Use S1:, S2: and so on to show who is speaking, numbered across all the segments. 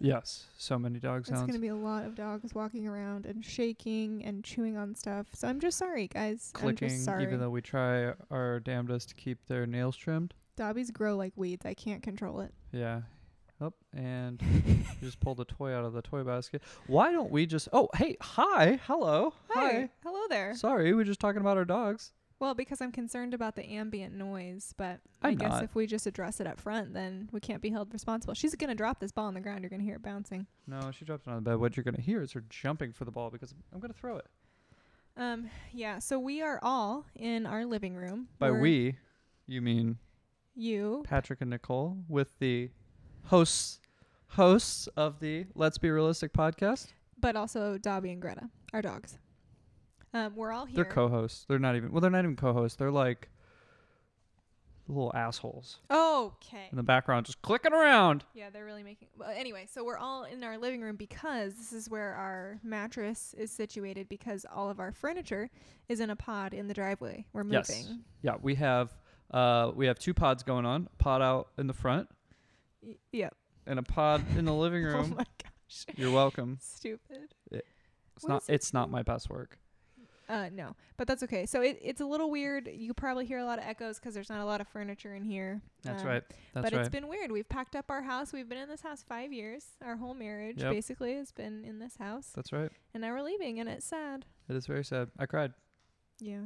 S1: Yes, so many dog
S2: It's going
S1: sounds.
S2: to be a lot of dogs walking around and shaking and chewing on stuff. So I'm just sorry, guys. I'm
S1: Clicking,
S2: just sorry.
S1: even though we try our damnedest to keep their nails trimmed.
S2: Dobbies grow like weeds. I can't control it.
S1: Yeah. Up and you just pulled the toy out of the toy basket. Why don't we just? Oh, hey, hi, hello,
S2: Hi. Hello there.
S1: Sorry, we were just talking about our dogs.
S2: Well, because I'm concerned about the ambient noise, but i
S1: I'm
S2: guess
S1: not.
S2: if we just address it up front, then we can't be held responsible. She's going to drop this ball on the ground. You're going to hear it bouncing.
S1: No, she dropped it on the bed. What you're gonna hear is her jumping for the ball because I'm gonna throw it.
S2: Um, yeah, so we are all in our living room.
S1: By
S2: We're-
S1: we, you mean
S2: You.
S1: Patrick and Nicole with the hosts hosts of the Let's Be Realistic podcast.
S2: but also Dobby and Greta, our dogs. Um, we're all here.
S1: They're co-hosts. They're not even well. They're not even co-hosts. They're like little assholes
S2: okay.
S1: in the background, just clicking around.
S2: Yeah, they're really making. Well, anyway, so we're all in our living room because this is where our mattress is situated because all of our furniture is in a pod in the driveway. We're moving.
S1: Yes. Yeah, we have uh we have two pods going on. Pod out in the front
S2: Y- yeah.
S1: and a pod in the living
S2: Oh
S1: room.
S2: my gosh.
S1: You're welcome.
S2: Stupid.
S1: It's
S2: What
S1: not.
S2: is it
S1: It's not
S2: called?
S1: my best work.
S2: Uh, no, but that's okay. So it, it's a little weird. You probably hear a lot of echoes because there's not a lot of furniture in here.
S1: That's
S2: Um,
S1: right. That's
S2: but
S1: right.
S2: it's been weird. We've packed up our house. We've been in this house five years. Our whole marriage
S1: Yep.
S2: basically has been in this house.
S1: That's right.
S2: And now we're leaving, and it's sad.
S1: It is very sad. I cried.
S2: Yeah.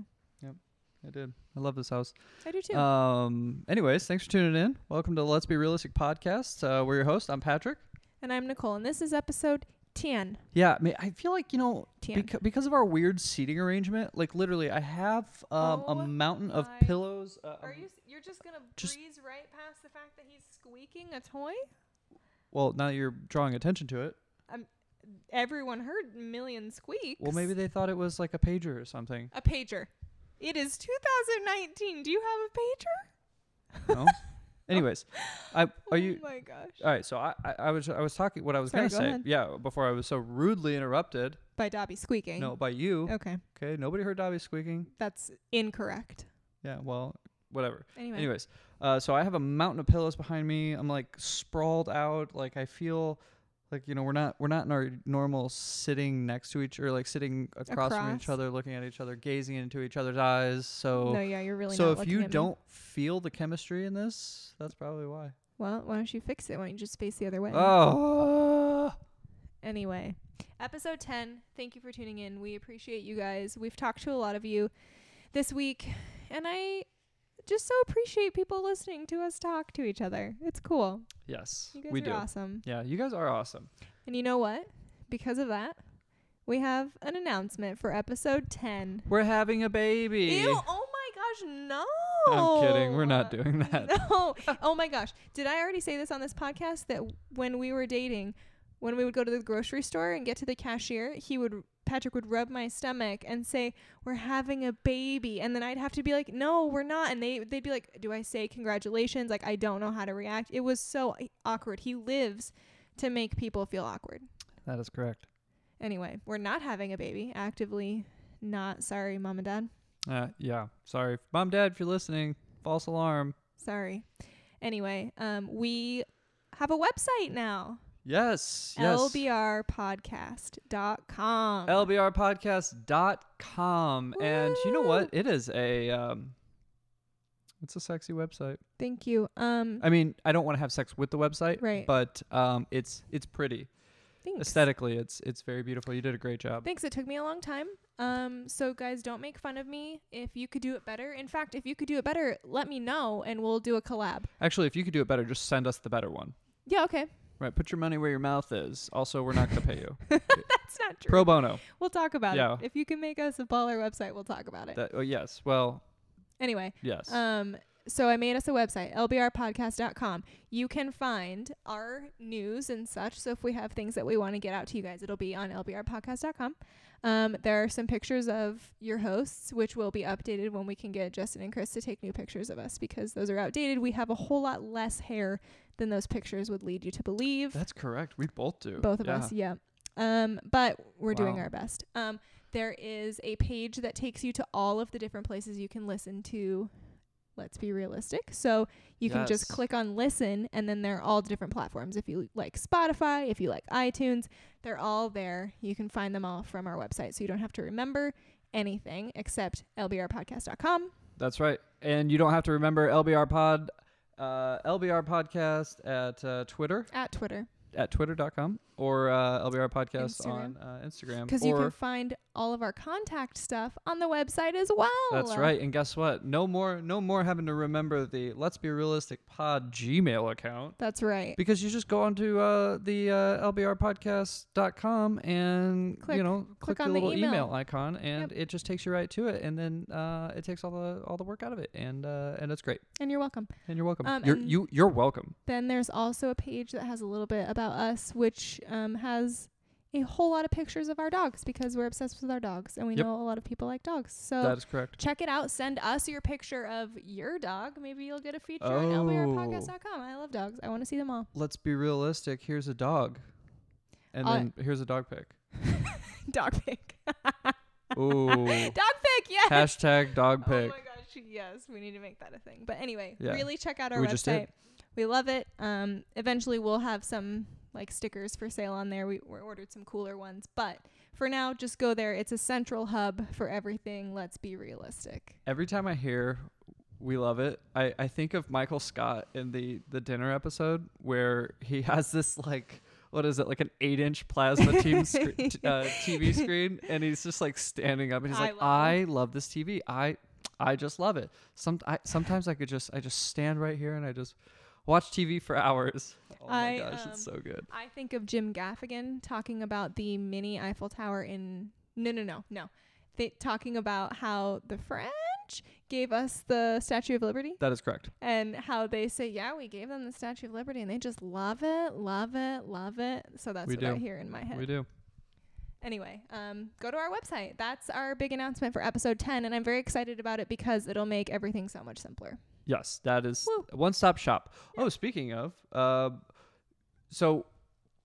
S1: I did. I love this house.
S2: I do too.
S1: Um. Anyways, thanks for tuning in. Welcome to the Let's Be Realistic podcast. Uh, we're your host. I'm Patrick.
S2: and I'm Nicole, and this is episode 10.
S1: Yeah, I, mean, I feel like you know
S2: 10.
S1: Becau- because of our weird seating arrangement, like literally, I have um,
S2: Oh
S1: a mountain of
S2: my-
S1: pillows. Uh,
S2: Are
S1: um,
S2: you, s- you're just going to
S1: Just-
S2: breeze right past the fact that he's squeaking a toy?
S1: well, now that you're drawing attention to it.
S2: Everyone heard million squeaks.
S1: Well, maybe they thought it was like a pager or something.
S2: A pager. It is 2019. Do you have a pager?
S1: No. Anyways, I are you?
S2: Oh my gosh.
S1: All right, so I, I, I was I was talking what I was
S2: Sorry,
S1: gonna
S2: go
S1: say.
S2: ahead.
S1: Yeah, before I was so rudely interrupted.
S2: By Dobby squeaking.
S1: No, by you.
S2: Okay.
S1: Okay, nobody heard Dobby squeaking.
S2: That's incorrect.
S1: Yeah, well, whatever.
S2: Anyway.
S1: Anyways, uh, so I have a mountain of pillows behind me. I'm like sprawled out. Like I feel like you know we're not we're not in our normal sitting next to each or like sitting across, from each
S2: Across.
S1: other, looking at each other, gazing into each other's eyes. So
S2: no, yeah, you're really
S1: so
S2: not
S1: if
S2: looking
S1: you
S2: at me.
S1: don't feel the chemistry in this, that's probably why.
S2: Well, why don't you fix it? Why don't you just face the other way?
S1: Oh,
S2: Anyway, episode 10. Thank you for tuning in. We appreciate you guys. We've talked to a lot of you this week, and I just so appreciate people listening to us talk to each other. It's cool.
S1: yes,
S2: You guys
S1: we
S2: are
S1: do.
S2: awesome.
S1: Yeah, you guys are awesome.
S2: And you know what? Because of that, we have an announcement for episode 10.
S1: We're having a baby.
S2: Ew, oh my gosh, no.
S1: I'm kidding. We're not doing that.
S2: No. Oh my gosh. Did I already say this on this podcast that w- when we were dating, when we would go to the grocery store and get to the cashier, he would Patrick would rub my stomach and say, "We're having a baby." And then I'd have to be like, "No, we're not." And they they'd be like, "Do I say congratulations?" Like I don't know how to react. It was so eh, awkward. He lives to make people feel awkward.
S1: That is correct.
S2: Anyway, we're not having a baby actively. Not sorry, mom and dad.
S1: Uh, yeah, sorry, mom, dad, if you're listening, false alarm.
S2: Sorry. Anyway, um, we have a website now.
S1: Yes, yes.
S2: lbrpodcast.com.
S1: lbrpodcast.com and you know what
S2: Woo!
S1: it is a um it's a sexy website
S2: Thank you. Um,
S1: i mean i don't want to have sex with the website
S2: Right.
S1: but um it's it's pretty
S2: thanks.
S1: aesthetically it's it's very beautiful you did a great job
S2: Thanks. It took me a long time. Um, so guys, don't make fun of me. If you could do it better, in fact, if you could do it better, let me know and we'll do a collab.
S1: actually if you could do it better just send us the better one
S2: Yeah, okay.
S1: right put your money where your mouth is also we're not going to pay you
S2: That's not true.
S1: pro bono
S2: we'll talk about
S1: Yeah.
S2: it. If you can make us a baller website, we'll talk about it.
S1: that, oh, yes well
S2: anyway,
S1: yes
S2: Um, so I made us a website, lbrpodcast.com. You can find our news and such. So if we have things that we want to get out to you guys, it'll be on lbrpodcast.com. Um, there are some pictures of your hosts, which will be updated when we can get Justin and Chris to take new pictures of us because those are outdated. We have a whole lot less hair than those pictures would lead you to believe.
S1: that's correct we both do
S2: Both of
S1: Yeah.
S2: us, yeah. Um, but we're doing
S1: Wow.
S2: our best. Um, there is a page that takes you to all of the different places you can listen to Let's Be Realistic. So you can just
S1: Yes.
S2: click on listen, and then they're all the different platforms. If you like Spotify, if you like iTunes, they're all there. You can find them all from our website. So you don't have to remember anything except lbrpodcast.com.
S1: That's right. And you don't have to remember LBR Pod, uh, LBR Podcast at uh, Twitter,
S2: at Twitter
S1: at twitter.com, or uh, LBR Podcast on uh, Instagram.
S2: because
S1: or,
S2: you can find all of our contact stuff on the website as well.
S1: That's right. And guess what? No more, no more having to remember the Let's Be Realistic Pod Gmail account
S2: That's right.
S1: because you just go onto uh, the uh, lbrpodcast.com and
S2: Click-
S1: you know
S2: click
S1: click,
S2: on
S1: the
S2: the
S1: little
S2: email.
S1: email, icon, and it just takes you right to it, and then uh, it takes all the all the work out of it, and uh, and it's great.
S2: And you're welcome.
S1: And you're welcome.
S2: Um,
S1: you're
S2: and-
S1: you you're welcome.
S2: Then there's also a page that has a little bit about us, which um, has a whole lot of pictures of our dogs because we're obsessed with our dogs and we
S1: Yep.
S2: know a lot of people like dogs. So
S1: that is correct.
S2: check it out. Send us your picture of your dog. Maybe you'll get a feature on
S1: Oh.
S2: lbrpodcast.com. I love dogs. I want to see them all.
S1: Let's be realistic. Here's a dog, and
S2: Uh,
S1: then here's a dog pic.
S2: dog pic.
S1: Ooh.
S2: Dog pic, yes.
S1: Hashtag dog
S2: Oh
S1: pic.
S2: my gosh, yes, we need to make that a thing. But anyway,
S1: Yeah.
S2: really check out our
S1: We
S2: website.
S1: just did.
S2: We love it. Um, eventually we'll have some like stickers for sale on there. We, we ordered some cooler ones, but for now, just go there. It's a central hub for everything. Let's be realistic.
S1: Every time I hear we love it, I, I think of Michael Scott in the, the dinner episode where he has this like what is it like an eight inch plasma team scre- t- uh, TV screen and he's just like standing up and he's
S2: I
S1: like
S2: love it.
S1: I love this TV I I just love it. Some I, sometimes I could just I just stand right here and I just watch TV for hours. Oh my
S2: I,
S1: gosh, it's
S2: um,
S1: so good.
S2: I think of Jim Gaffigan talking about the mini Eiffel Tower in no no no no, Th- talking about how the French gave us the Statue of Liberty.
S1: That is correct.
S2: and how they say, yeah, we gave them the Statue of Liberty, and they just love it, love it, love it. So that's
S1: We
S2: what I
S1: do.
S2: hear in my
S1: We
S2: head.
S1: do.
S2: Anyway, um, go to our website. That's our big announcement for episode 10, and I'm very excited about it because it'll make everything so much simpler.
S1: Yes, that is
S2: Woo.
S1: a one-stop shop. Oh, speaking of, uh, so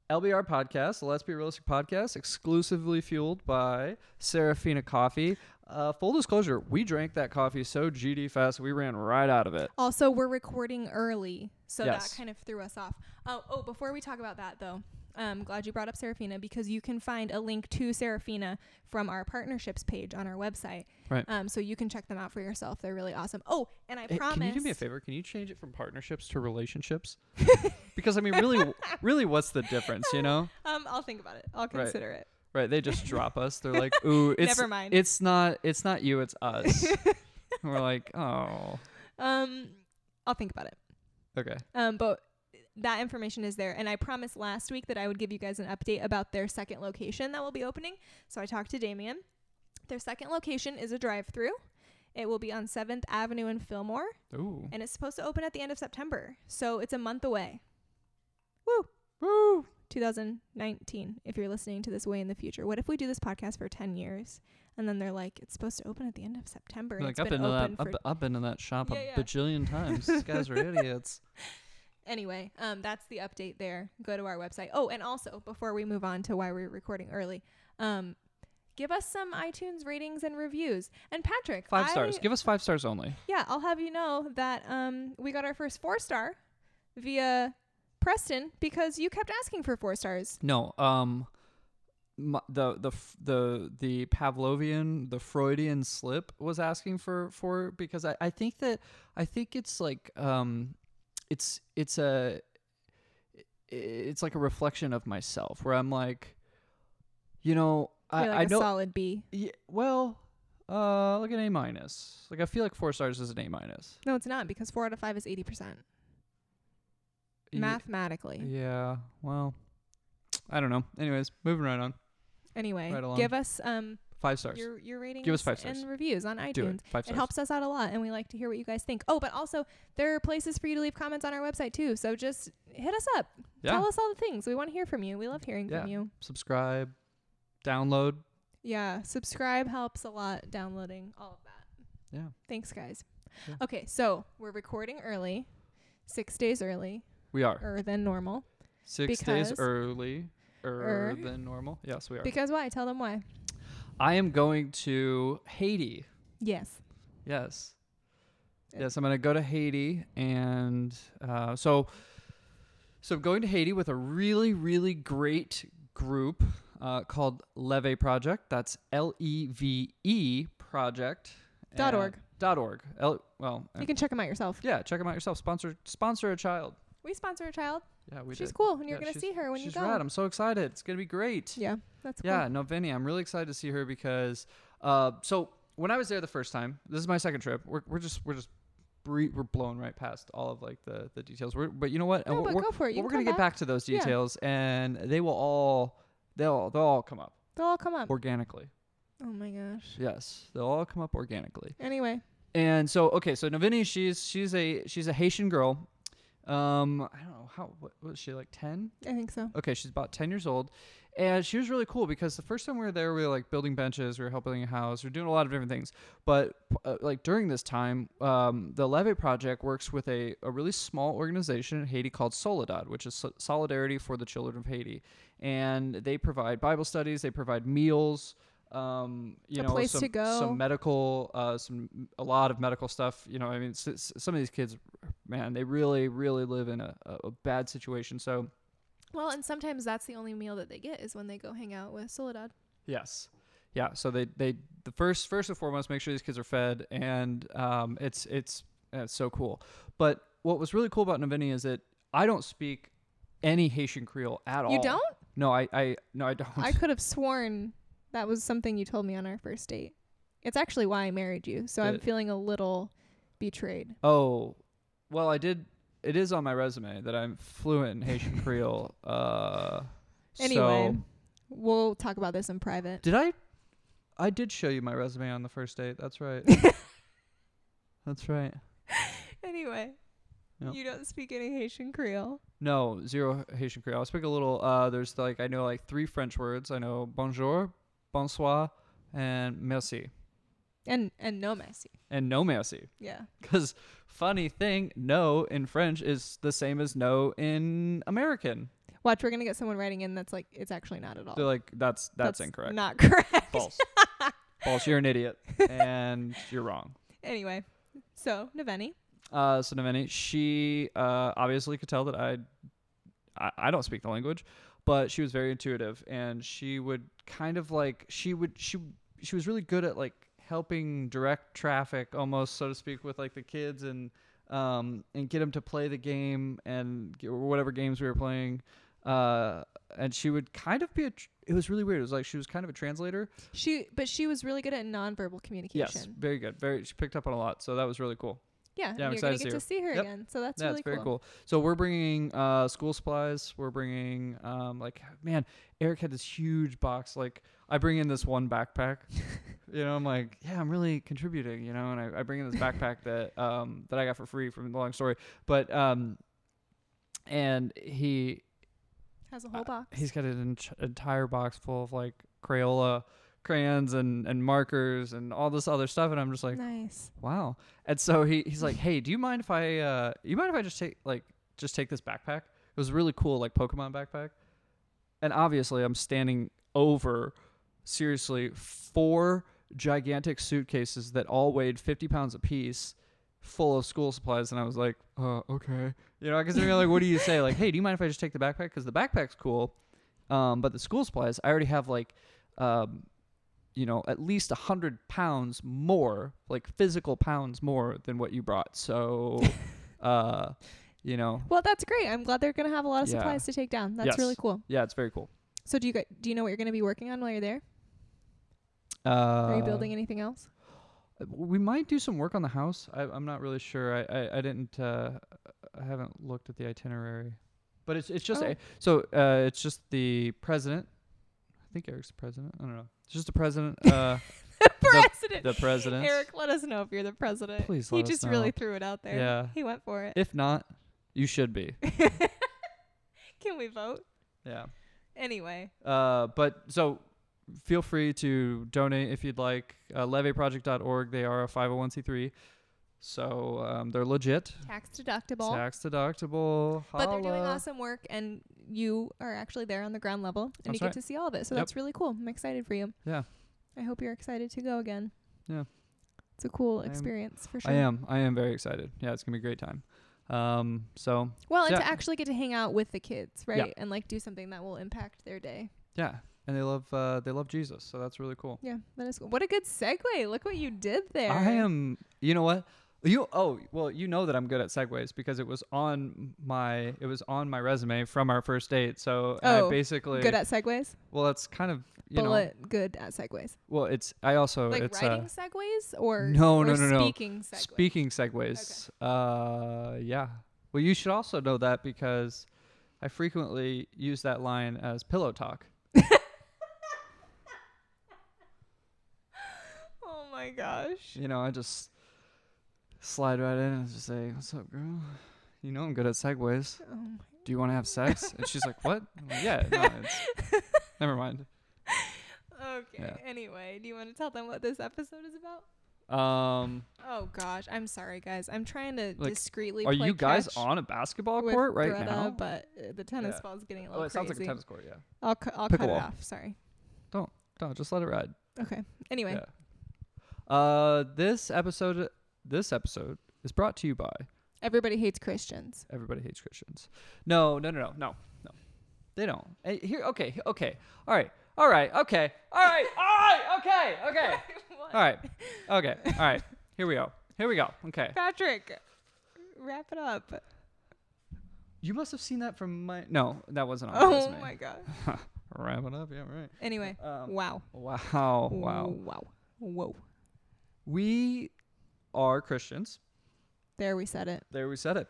S1: LBR podcast, the Let's Be Realistic podcast, exclusively fueled by Serafina Coffee. Uh, full disclosure, we drank that coffee so GD fast we ran right out of it.
S2: Also, we're recording early, so
S1: Yes.
S2: that kind of threw us off. Oh, oh, before we talk about that though, I'm glad you brought up Serafina because you can find a link to Serafina from our partnerships page on our website.
S1: Right.
S2: Um, so you can check them out for yourself. They're really awesome. Oh, and I
S1: Hey,
S2: promise.
S1: Can you do me a favor? Can you change it from partnerships to relationships? because I mean, really, really, what's the difference? You know,
S2: Um, I'll think about it. I'll consider it.
S1: right? They just drop us. They're like, "Ooh, it's
S2: Never mind.
S1: It's not. It's not you. It's us." And we're like, "Oh,
S2: Um, I'll think about it.
S1: okay."
S2: Um, but that information is there, and I promised last week that I would give you guys an update about their second location that will be opening. So I talked to Damien. Their second location is a drive-through. It will be on Seventh Avenue in Fillmore,
S1: Ooh.
S2: and it's supposed to open at the end of September. So it's a month away. Woo!
S1: Woo.
S2: 2019. If you're listening to this way in the future, what if we do this podcast for 10 years, and then they're like, it's supposed to open at the end of September, and
S1: Like
S2: it's
S1: I've
S2: been
S1: been to that.
S2: open for
S1: I've, I've been in that shop
S2: Yeah,
S1: a
S2: yeah.
S1: bajillion times. These guys are idiots.
S2: anyway, um, that's the update there. Go to our website. Oh, and also before we move on to why we're recording early, um, give us some iTunes ratings and reviews. And Patrick,
S1: Five
S2: I-
S1: stars. Give us five stars only.
S2: Yeah, I'll have you know that um, we got our first four star via Preston because you kept asking for four stars.
S1: No. Um, m the the f- the the Pavlovian the Freudian slip was asking for for because I I think that I think it's like um, it's it's a i- it's like a reflection of myself where I'm like, you know, I
S2: You're like
S1: I
S2: a
S1: know
S2: solid B.
S1: Yeah, well, uh, like an A minus. Like I feel like four stars is an A minus.
S2: No, it's not because four out of five is eighty percent
S1: Ye-
S2: mathematically.
S1: Yeah. Well, I don't know. Anyways, moving right on.
S2: Anyway,
S1: Right along.
S2: give us um
S1: Five stars.
S2: your your ratings
S1: us five stars.
S2: and reviews on iTunes.
S1: Do it. Five stars.
S2: It helps us out a lot, and we like to hear what you guys think. Oh, but also there are places for you to leave comments on our website too. So just hit us up.
S1: Yeah.
S2: Tell us all the things. We want to hear from you. We love hearing
S1: Yeah.
S2: from you.
S1: Subscribe. Download.
S2: Yeah, subscribe helps a lot. Downloading all of that.
S1: Yeah.
S2: Thanks, guys.
S1: Yeah.
S2: Okay, so we're recording early, six days early,
S1: We are
S2: er than normal.
S1: six days
S2: because-
S1: early.
S2: Er.
S1: Er, than normal. Yes, we are.
S2: Because why? Tell them why.
S1: I am going to Haiti.
S2: Yes.
S1: Yes. Yes, I'm going to go to Haiti, and uh, so so I'm going to Haiti with a really really great group uh, called Leve Project. That's L E V E Project.
S2: Dot
S1: and-
S2: org.
S1: Dot org. L, well, uh,
S2: You can check them out yourself.
S1: yeah, check them out yourself. Sponsor sponsor a child.
S2: We sponsor a child.
S1: Yeah, we
S2: she's
S1: did.
S2: cool, and you're
S1: Yeah,
S2: gonna
S1: she's-
S2: see her when you
S1: She's
S2: go.
S1: rad. I'm so excited. It's gonna be great.
S2: yeah, that's cool.
S1: Yeah, no, Vinny, I'm really excited to see her because, uh, so when I was there the first time, this is my second trip. We're, we're just we're just bre- we're blown right past all of like the the details. We're, but you know what?
S2: No,
S1: And we're,
S2: but
S1: we're,
S2: go for it. You
S1: we're
S2: can
S1: gonna
S2: come
S1: get back to those
S2: Yeah.
S1: details, and they will all they'll they'll all come up
S2: They'll all come up.
S1: organically.
S2: Oh my gosh.
S1: Yes, they'll all come up organically.
S2: Anyway,
S1: And so okay, so Navini, she's she's a she's a Haitian girl. Um, I don't know how what was she like ten?
S2: I think so.
S1: Okay, she's about 10 years old. And she was really cool because the first time we were there, we were like building benches, we were helping a house, we were doing a lot of different things. But uh, like during this time, um, the Leve Project works with a, a really small organization in Haiti called Soledad, which is Sol- Solidarity for the Children of Haiti. And they provide Bible studies, they provide meals. Um, you
S2: A
S1: know,
S2: place
S1: some,
S2: to go.
S1: some medical, uh, some a lot of medical stuff. You know, I mean, s- s- some of these kids, man, they really, really live in a, a a bad situation. So,
S2: Well, and sometimes that's the only meal that they get is when they go hang out with Soledad.
S1: Yes. Yeah. So they they the first first and foremost make sure these kids are fed, and um, it's it's uh, it's so cool. But what was really cool about Navini is that I don't speak any Haitian Creole at all.
S2: You don't?
S1: No, I I no I don't.
S2: I could have sworn that was something you told me on our first date. It's actually why I married you. So I'm
S1: Good.
S2: feeling a little betrayed.
S1: oh, well, I did. It is on my resume that I'm fluent in Haitian Creole. Uh,
S2: Anyway,
S1: so-
S2: we'll talk about this in private.
S1: did I? I did show you my resume on the first date. That's right. That's right.
S2: Anyway,
S1: Yep.
S2: you don't speak any Haitian Creole.
S1: No, zero Haitian Creole. I speak a little. Uh, there's like I know like three French words. I know bonjour, bonsoir, and merci,
S2: And and no messy.
S1: and no merci.
S2: Yeah.
S1: Because funny thing, no in French is the same as no in American.
S2: Watch, we're gonna get someone writing in that's like it's actually not at all.
S1: They're like that's that's, incorrect.
S2: Not correct.
S1: False. False. You're an idiot, and you're wrong.
S2: anyway, so Naveni.
S1: Uh, so Naveni, she uh, obviously could tell that I, I I don't speak the language, but she was very intuitive, and she would kind of like she would she she was really good at like helping direct traffic almost so to speak with like the kids and um and get them to play the game and g- or whatever games we were playing uh and she would kind of be a tr- it was really weird it was like she was kind of a translator
S2: She but she was really good at nonverbal communication.
S1: yes very good very she picked up on a lot so that was really cool
S2: Yeah, and
S1: I'm
S2: you're gonna
S1: excited to
S2: get to see her
S1: Yep.
S2: again. So that's
S1: yeah,
S2: really
S1: it's very
S2: cool.
S1: cool. So we're bringing uh, school supplies. We're bringing um, like man, Eric had this huge box. Like I bring in this one backpack. you know, I'm like, yeah, I'm really contributing. You know, and I, I bring in this backpack that um, that I got for free from the long story. But um, and he
S2: Has a whole
S1: Uh,
S2: box.
S1: he's got an ent- entire box full of like Crayola crayons and and markers and all this other stuff. And I'm just like,
S2: nice.
S1: Wow. And so he, he's like, Hey, do you mind if I uh you mind if I just take like just take this backpack? It was really cool, like Pokemon backpack. And obviously I'm standing over seriously four gigantic suitcases that all weighed fifty pounds apiece full of school supplies and I was like, uh, okay. You know, I was like, what do you say? Like, hey, do you mind if I just take the backpack? Because the backpack's cool. Um, but the school supplies, I already have like um you know at least a hundred pounds more like physical pounds more than what you brought so uh you know
S2: Well, that's great. I'm glad they're gonna have a lot of
S1: Yeah.
S2: supplies to take down. That's really
S1: Yes.
S2: cool.
S1: yeah it's very cool
S2: So do you gu- do you know what you're gonna be working on while you're there?
S1: uh
S2: Are you building anything else?
S1: we might do some work on the house I, i'm not really sure I, I i didn't uh i haven't looked at the itinerary but it's it's just
S2: Oh.
S1: a, so uh it's just the president i think eric's the president i don't know it's just the president uh
S2: president.
S1: the president
S2: Eric, let us know if you're the president.
S1: Please
S2: he
S1: let us
S2: just really
S1: know.
S2: threw it out there.
S1: Yeah.
S2: He went for it.
S1: if not you should be
S2: Can we vote?
S1: yeah
S2: Anyway.
S1: Uh, but so feel free to donate if you'd like. Uh, leveproject.org. They are a 501c3. So um, they're legit,
S2: Tax deductible.
S1: tax deductible.
S2: But they're doing
S1: Holla.
S2: awesome work, and you are actually there on the ground level, and you
S1: That's
S2: get
S1: right.
S2: to see all of it. So
S1: Yep.
S2: that's really cool. I'm excited for you.
S1: Yeah.
S2: I hope you're excited to go again.
S1: Yeah.
S2: It's a cool
S1: I am-
S2: experience for sure.
S1: I am. I am very excited. Yeah, it's gonna be a great time. Um, so
S2: Well, and
S1: Yeah.
S2: to actually get to hang out with the kids,
S1: Yeah.
S2: right? And like do something that will impact their day.
S1: yeah, and they love uh, they love Jesus, so that's really cool.
S2: Yeah, that is cool. What a good segue. Look what you did there.
S1: I am. You know what? You oh well, you know that I'm good at segues because it was on my it was on my resume from our first date. So I
S2: Oh,
S1: basically
S2: good at segues.
S1: well, that's kind of you know
S2: Bullet good at segues.
S1: well, it's I also
S2: like
S1: it's
S2: writing
S1: uh,
S2: segues or
S1: No,
S2: or
S1: no, no, no.
S2: speaking segues.
S1: speaking segues. Uh, yeah. Well, you should also know that because I frequently use that line as pillow talk.
S2: Oh my gosh.
S1: You know, I just slide right in and just say, "What's up, girl? You know I'm good at segues."
S2: Oh my.
S1: do you want to have sex? And she's like, what? I'm like, yeah, no, it's, never mind.
S2: Okay.
S1: Yeah.
S2: Anyway, do you want to tell them what this episode is about?
S1: Um,
S2: Oh gosh, I'm sorry guys. I'm trying to
S1: Like,
S2: discreetly
S1: are
S2: play
S1: you guys
S2: catch
S1: on a basketball
S2: with
S1: court right
S2: Greta,
S1: now?
S2: But uh, the tennis
S1: Yeah.
S2: ball's getting a
S1: Oh,
S2: little
S1: it sounds like a
S2: crazy.
S1: tennis court. Yeah.
S2: I'll, cu- I'll cut it
S1: Pickleball.
S2: off. Sorry.
S1: No, just let it ride.
S2: Okay. Anyway.
S1: Yeah. Uh, this episode, this episode is brought to you by
S2: Everybody hates Christians.
S1: Everybody Hates Christians. No, no, no, no, no, no. They don't. Hey, here, okay, okay, all right, all right, okay, all right, all right, okay, okay, all right, okay, all right. Here we go. Here we go. Okay.
S2: Patrick, wrap it up.
S1: You must have seen that from my. No, that wasn't on my
S2: Oh
S1: resume.
S2: my god.
S1: Wrap it up. Yeah, right.
S2: Anyway,
S1: Um,
S2: wow.
S1: wow, Oh, wow.
S2: Wow. Whoa.
S1: We are Christians.
S2: There we said it.
S1: There we said it.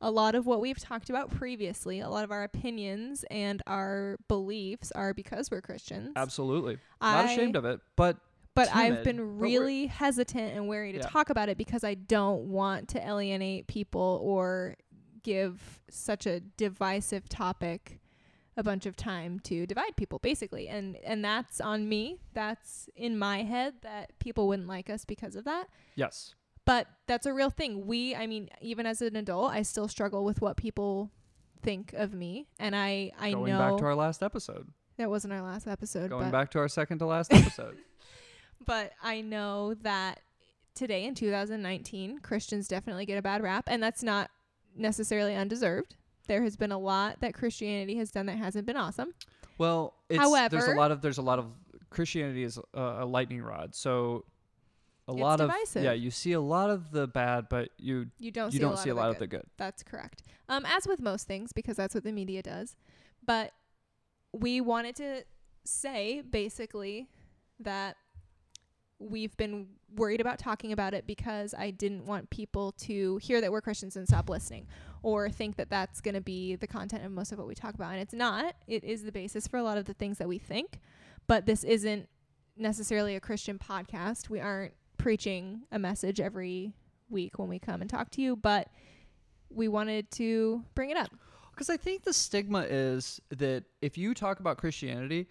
S2: A lot of what we've talked about previously, a lot of our opinions and our beliefs are because we're Christians.
S1: Absolutely. Not ashamed of it, but
S2: But I've
S1: timid, but
S2: been
S1: we're-
S2: really hesitant and wary to
S1: Yeah.
S2: talk about it because I don't want to alienate people or give such a divisive topic a bunch of time to divide people basically and and that's on me that's in my head that people wouldn't like us because of that
S1: yes.
S2: but that's a real thing we i mean even as an adult i still struggle with what people think of me and i i
S1: going
S2: know
S1: back to our last episode.
S2: that wasn't our last episode
S1: Going
S2: but
S1: back to our second to last episode.
S2: but I know that today in 2019, Christians definitely get a bad rap, and that's not necessarily undeserved. There has been a lot that Christianity has done that hasn't been awesome.
S1: Well, it's, there's a
S2: However-
S1: lot of there's a lot of Christianity is uh, a lightning rod. So a
S2: It's
S1: lot
S2: divisive.
S1: of yeah, you see a lot of the bad, but you
S2: You don't
S1: you
S2: see a
S1: don't
S2: lot
S1: see a
S2: of the
S1: lot
S2: good.
S1: of the good.
S2: That's correct. Um, as with most things, because that's what the media does. But we wanted to say basically that we've been worried about talking about it because I didn't want people to hear that we're Christians and stop listening or think that that's going to be the content of most of what we talk about. And it's not, it is the basis for a lot of the things that we think. But this isn't necessarily a Christian podcast. We aren't preaching a message every week when we come and talk to you, but we wanted to bring it up.
S1: Because I think the stigma is that if you talk about Christianity,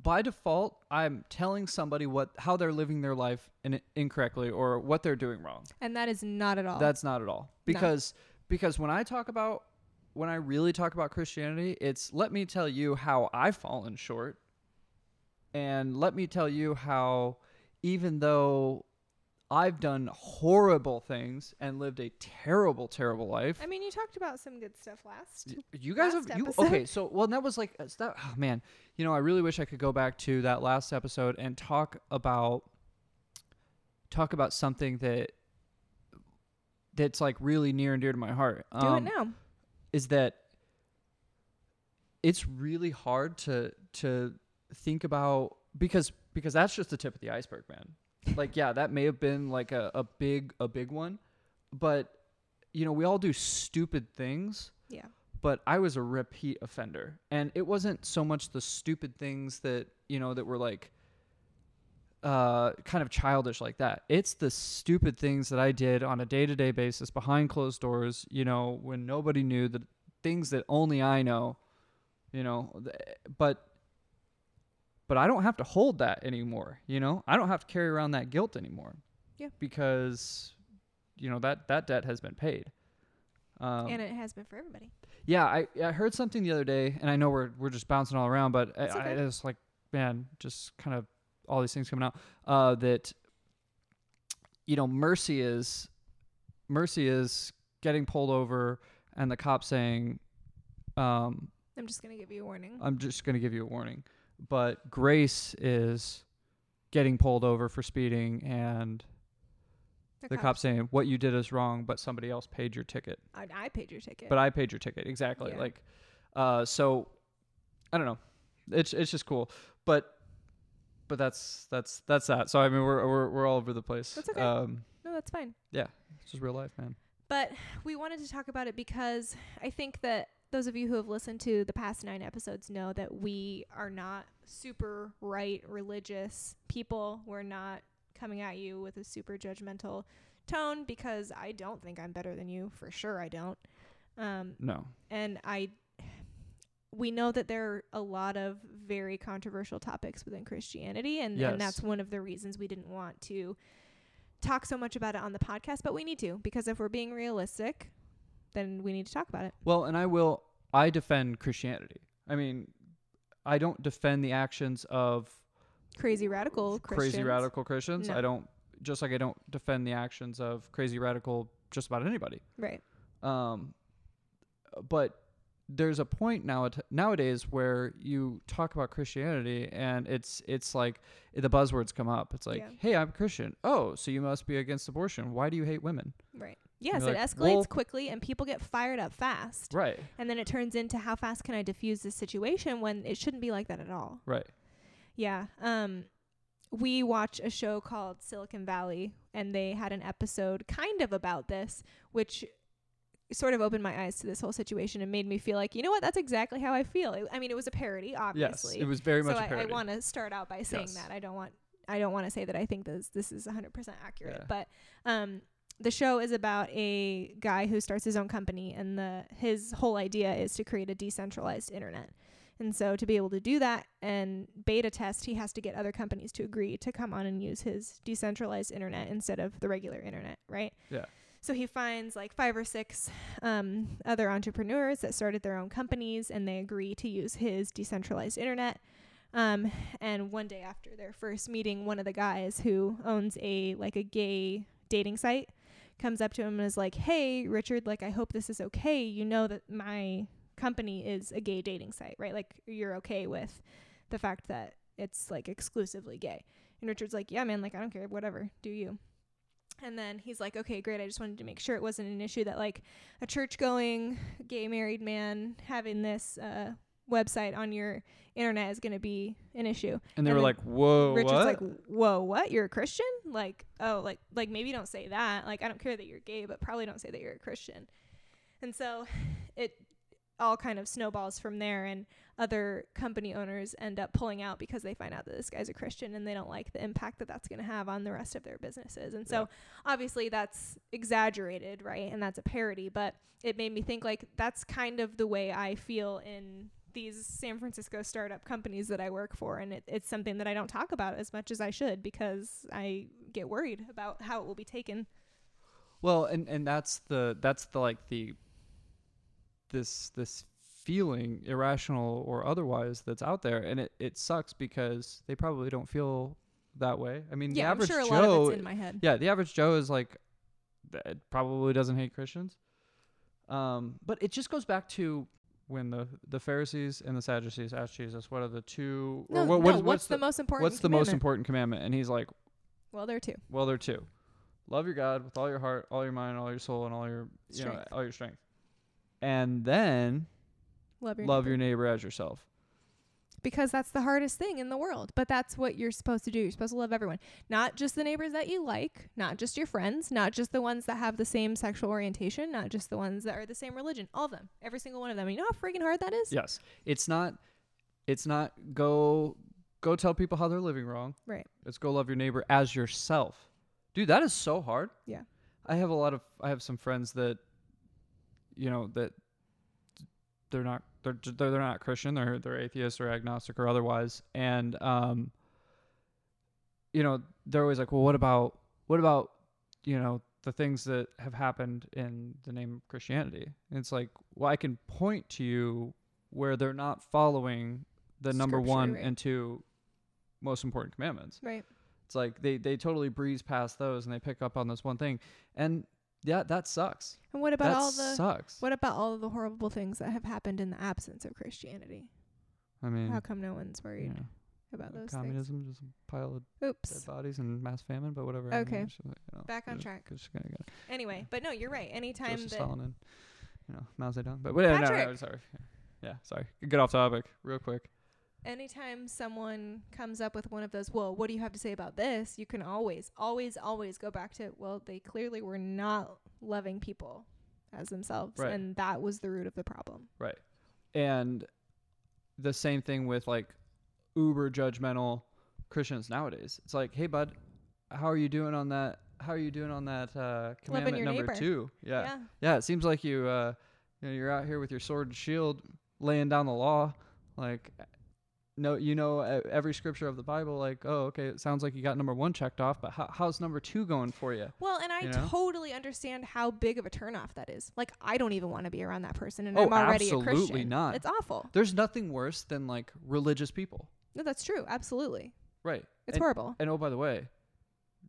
S1: by default, I'm telling somebody what how they're living their life in, incorrectly or what they're doing wrong.
S2: And that is not at all.
S1: That's not at all because because when I talk about when I really talk about Christianity, it's let me tell you how I've fallen short, and let me tell you how even though I've done horrible things and lived a terrible, terrible life,
S2: I mean, you talked about some good stuff last.
S1: Y- You guys
S2: last
S1: have you
S2: episode.
S1: okay? So well, that was like uh, that. Oh, man, you know, I really wish I could go back to that last episode and talk about talk about something that that's like really near and dear to my heart.
S2: Do
S1: Um,
S2: it now.
S1: Is that it's really hard to to think about because because that's just the tip of the iceberg, man. Like, yeah, that may have been like a, a big a big one, but you know, we all do stupid things
S2: Yeah.
S1: but I was a repeat offender. And it wasn't so much the stupid things that, you know, that were like uh, kind of childish like that. It's the stupid things that I did on a day to day basis behind closed doors, you know, when nobody knew the things that only I know, you know, th- but. But I don't have to hold that anymore, you know? I don't have to carry around that guilt anymore.
S2: Yeah.
S1: Because you know, that that debt has been paid. Um,
S2: and it has been for everybody.
S1: yeah, I, I heard something the other day, and I know we're we're just bouncing all around, but I,
S2: It's okay.
S1: I, it's like, man, just kind of all these things coming out uh, that you know, mercy is mercy is getting pulled over and the cop saying, um,
S2: I'm just gonna give you a warning.
S1: I'm just going to give you a warning. But grace is getting pulled over for speeding and the cop saying, what you did is wrong, but somebody else paid your ticket.
S2: I, I paid your ticket.
S1: But I paid your ticket. Exactly.
S2: Yeah.
S1: Like, uh, so I don't know. It's, it's just cool. But, but that's, that's, that's that. So, I mean, we're, we're, we're all over the place.
S2: That's okay.
S1: Um,
S2: no, that's fine.
S1: it's just real life, man.
S2: But we wanted to talk about it because I think that those of you who have listened to the past nine episodes know that we are not super right religious people. We're not coming at you with a super judgmental tone because I don't think I'm better than you. For sure, I don't. Um,
S1: No.
S2: and I. We know that there are a lot of very controversial topics within Christianity, and,
S1: Yes.
S2: and that's one of the reasons we didn't want to talk so much about it on the podcast, but we need to because if we're being realistic, then we need to talk about it.
S1: Well, and I will. I defend Christianity. I mean, I don't defend the actions of
S2: Crazy radical Christians.
S1: crazy radical Christians.
S2: No.
S1: I don't. Just like I don't defend the actions of crazy radical just about anybody.
S2: Right.
S1: Um, but there's a point now nowadays where you talk about Christianity and it's it's like the buzzwords come up. It's like,
S2: Yeah.
S1: hey, I'm Christian. Oh, so you must be against abortion. Why do you hate women?
S2: Right. Yes,
S1: You're
S2: it
S1: like,
S2: escalates
S1: well-
S2: quickly and people get fired up fast.
S1: Right.
S2: And then it turns into how fast can I diffuse this situation when it shouldn't be like that at all.
S1: Right.
S2: Yeah. Um we watch a show called Silicon Valley and they had an episode kind of about this which sort of opened my eyes to this whole situation and made me feel like, you know what, that's exactly how I feel. It, I mean, it was a parody, obviously.
S1: Yes. It was very much
S2: so
S1: a
S2: I- I,
S1: parody.
S2: want to start out by saying
S1: Yes.
S2: that I don't want I don't want to say that I think this this is 100% accurate,
S1: Yeah.
S2: but um the show is about a guy who starts his own company and the his whole idea is to create a decentralized internet. And so to be able to do that and beta test, he has to get other companies to agree to come on and use his decentralized internet instead of the regular internet, right?
S1: Yeah.
S2: So he finds like five or six um, other entrepreneurs that started their own companies and they agree to use his decentralized internet. Um, and one day after their first meeting, one of the guys who owns a like a gay dating site comes up to him and is like, "Hey, Richard, like I hope this is okay. You know that my company is a gay dating site, right? Like you're okay with the fact that it's like exclusively gay." And Richard's like, "Yeah, man, like I don't care, whatever. Do you?" And then he's like, "Okay, great. I just wanted to make sure it wasn't an issue that like a church-going gay married man having this uh website on your internet is going to be an issue."
S1: and
S2: and
S1: they were
S2: then
S1: like, whoa,
S2: Richard's
S1: what?
S2: like, "Whoa, what? You're a Christian? Like, oh, like, like maybe don't say that. Like, I don't care that you're gay, but probably don't say that you're a Christian." And so, it all kind of snowballs from there, and other company owners end up pulling out because they find out that this guy's a Christian and they don't like the impact that that's going to have on the rest of their businesses. And so,
S1: Yeah.
S2: obviously, that's exaggerated, right? And that's a parody, but it made me think like that's kind of the way I feel in these San Francisco startup companies that I work for. And it, it's something that I don't talk about as much as I should because I get worried about how it will be taken.
S1: Well, and and that's the that's the like the this this feeling irrational or otherwise that's out there and it it sucks because they probably don't feel that way. I mean, the
S2: yeah, I'm
S1: average
S2: sure a
S1: Joe
S2: lot of it's in my head.
S1: Yeah, the average Joe is like that probably doesn't hate Christians. Um, but it just goes back to when the the Pharisees and the Sadducees asked Jesus, what are the two
S2: No,
S1: or what,
S2: no,
S1: what's,
S2: what's, the, most important?
S1: what's the most
S2: commandment?
S1: important commandment? And he's like,
S2: Well, there are two.
S1: well, there are two. Love your God with all your heart, all your mind, all your soul, and all your you know,
S2: Strength.
S1: all your strength. And then
S2: Love your
S1: love
S2: neighbor.
S1: your neighbor as yourself.
S2: because that's the hardest thing in the world. But that's what you're supposed to do. You're supposed to love everyone, not just the neighbors that you like, not just your friends, not just the ones that have the same sexual orientation, not just the ones that are the same religion. All of them, every single one of them. You know how freaking hard that is,
S1: Yes. It's not it's not go go tell people how they're living wrong.
S2: Right.
S1: It's go love your neighbor as yourself. Dude, that is so hard.
S2: Yeah.
S1: I have a lot of I have some friends that you know that they're not they're they're, they're not Christian, they're they're atheist or agnostic or otherwise and um you know, they're always like, "Well, what about what about you know the things that have happened in the name of Christianity. And it's like, well, I can point to you where they're not following the number
S2: Scripture,
S1: one
S2: right.
S1: and two most important commandments.
S2: right?
S1: It's It's like they they totally breeze past those and they pick up on this one thing, and yeah, that sucks.
S2: And what about
S1: that
S2: all the
S1: sucks.
S2: what about all of the horrible things that have happened in the absence of Christianity?
S1: I mean,
S2: How come no one's
S1: you
S2: worried
S1: know,
S2: about those things?
S1: Mm. communism just a pile of dead
S2: Oops.
S1: bodies and mass famine, but whatever. I mean,
S2: Okay.
S1: it's just like, you know,
S2: Back on
S1: it's-
S2: track.
S1: it's just gonna get
S2: Anyway, but no, you're right. Anytime
S1: Joseph
S2: that
S1: Stalin and you know Mao Zedong. But whatever. No, no,
S2: Patrick!
S1: sorry. Yeah, sorry. Get off topic real quick.
S2: anytime someone comes up with one of those, well, what do you have to say about this? You can always, always, always go back to, well, they clearly were not loving people as themselves,
S1: Right.
S2: and that was the root of the problem.
S1: And the same thing with like uber judgmental Christians nowadays. It's like, hey, bud, how are you doing on that? How are you doing on that uh, commandment
S2: your
S1: number
S2: neighbor.
S1: two? Yeah. yeah, It seems like you, uh, you know, you're out here with your sword and shield, laying down the law. Like, no, you know e- every scripture of the Bible. Like, oh, okay, it sounds like you got number one checked off, but how, how's number two going for you?
S2: Well, and I
S1: You know?
S2: totally understand how big of a turnoff that is. Like, I don't even want to be around that person, and
S1: Oh,
S2: I'm already a
S1: absolutely
S2: Christian.
S1: not.
S2: It's awful.
S1: There's nothing worse than like religious people,
S2: No, that's true. Absolutely,
S1: right?
S2: it's
S1: and,
S2: horrible.
S1: And oh, by the way,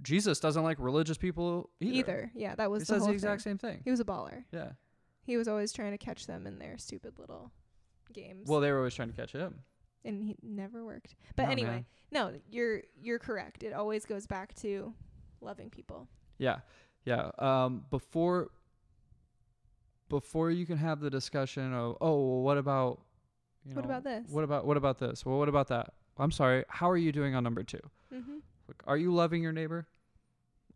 S1: Jesus doesn't like religious people either.
S2: Either. yeah, that was
S1: He
S2: the
S1: says
S2: whole
S1: the exact
S2: thing.
S1: same thing.
S2: He was a baller.
S1: Yeah.
S2: He was always trying to catch them in their stupid little games.
S1: Well, they were always trying to catch him.
S2: and he never worked. But
S1: No,
S2: anyway,
S1: man.
S2: no, you're you're correct. It always goes back to loving people.
S1: Yeah. Yeah. Um, before before you can have the discussion of, oh, well, what about you
S2: What
S1: know,
S2: about this?
S1: What about what about this? Well, what about that? I'm sorry. How are you doing on number two?
S2: hmm
S1: Like, are you loving your neighbor?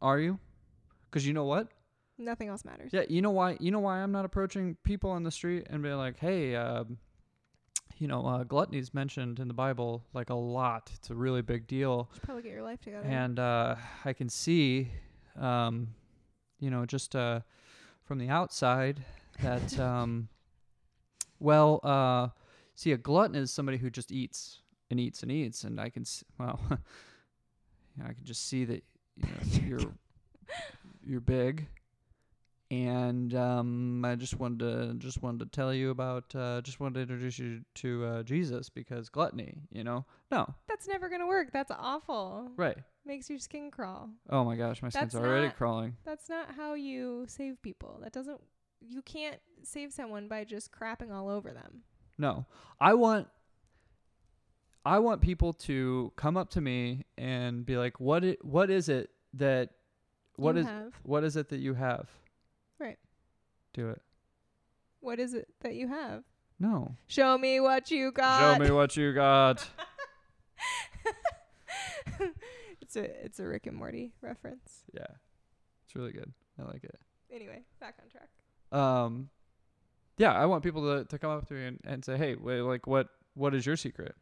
S1: Are you? Because you know what?
S2: Nothing else matters.
S1: Yeah, you know why? You know why I'm not approaching people on the street and be like, "Hey, um, you know, uh, gluttony's mentioned in the Bible like a lot. It's a really big deal,
S2: Should probably get your life together.
S1: and uh, I can see, um, you know, just uh, from the outside that, um, well, uh, see, a glutton is somebody who just eats and eats and eats, and I can, s- well, you know, I can just see that you know, you're you're big and um, I just wanted to just wanted to tell you about uh, just wanted to introduce you to uh, Jesus because gluttony, you know. No,
S2: That's never gonna work. That's awful.
S1: right?
S2: Makes your skin crawl.
S1: Oh my gosh, my skin's
S2: That's
S1: already
S2: not-
S1: crawling.
S2: That's not how you save people. That doesn't. You can't save someone by just crapping all over them.
S1: No, I want I want people to come up to me and be like, "What? It, what is it that? What
S2: you
S1: is
S2: have?
S1: what is it that you have?"
S2: Right.
S1: Do it.
S2: What is it that you have?
S1: No.
S2: Show me what you got.
S1: Show me what you got.
S2: it's a it's a Rick and Morty reference.
S1: yeah, it's really good. I like it.
S2: Anyway, back on track.
S1: um yeah i want people to, to come up to me and, and say hey wait, like what what is your secret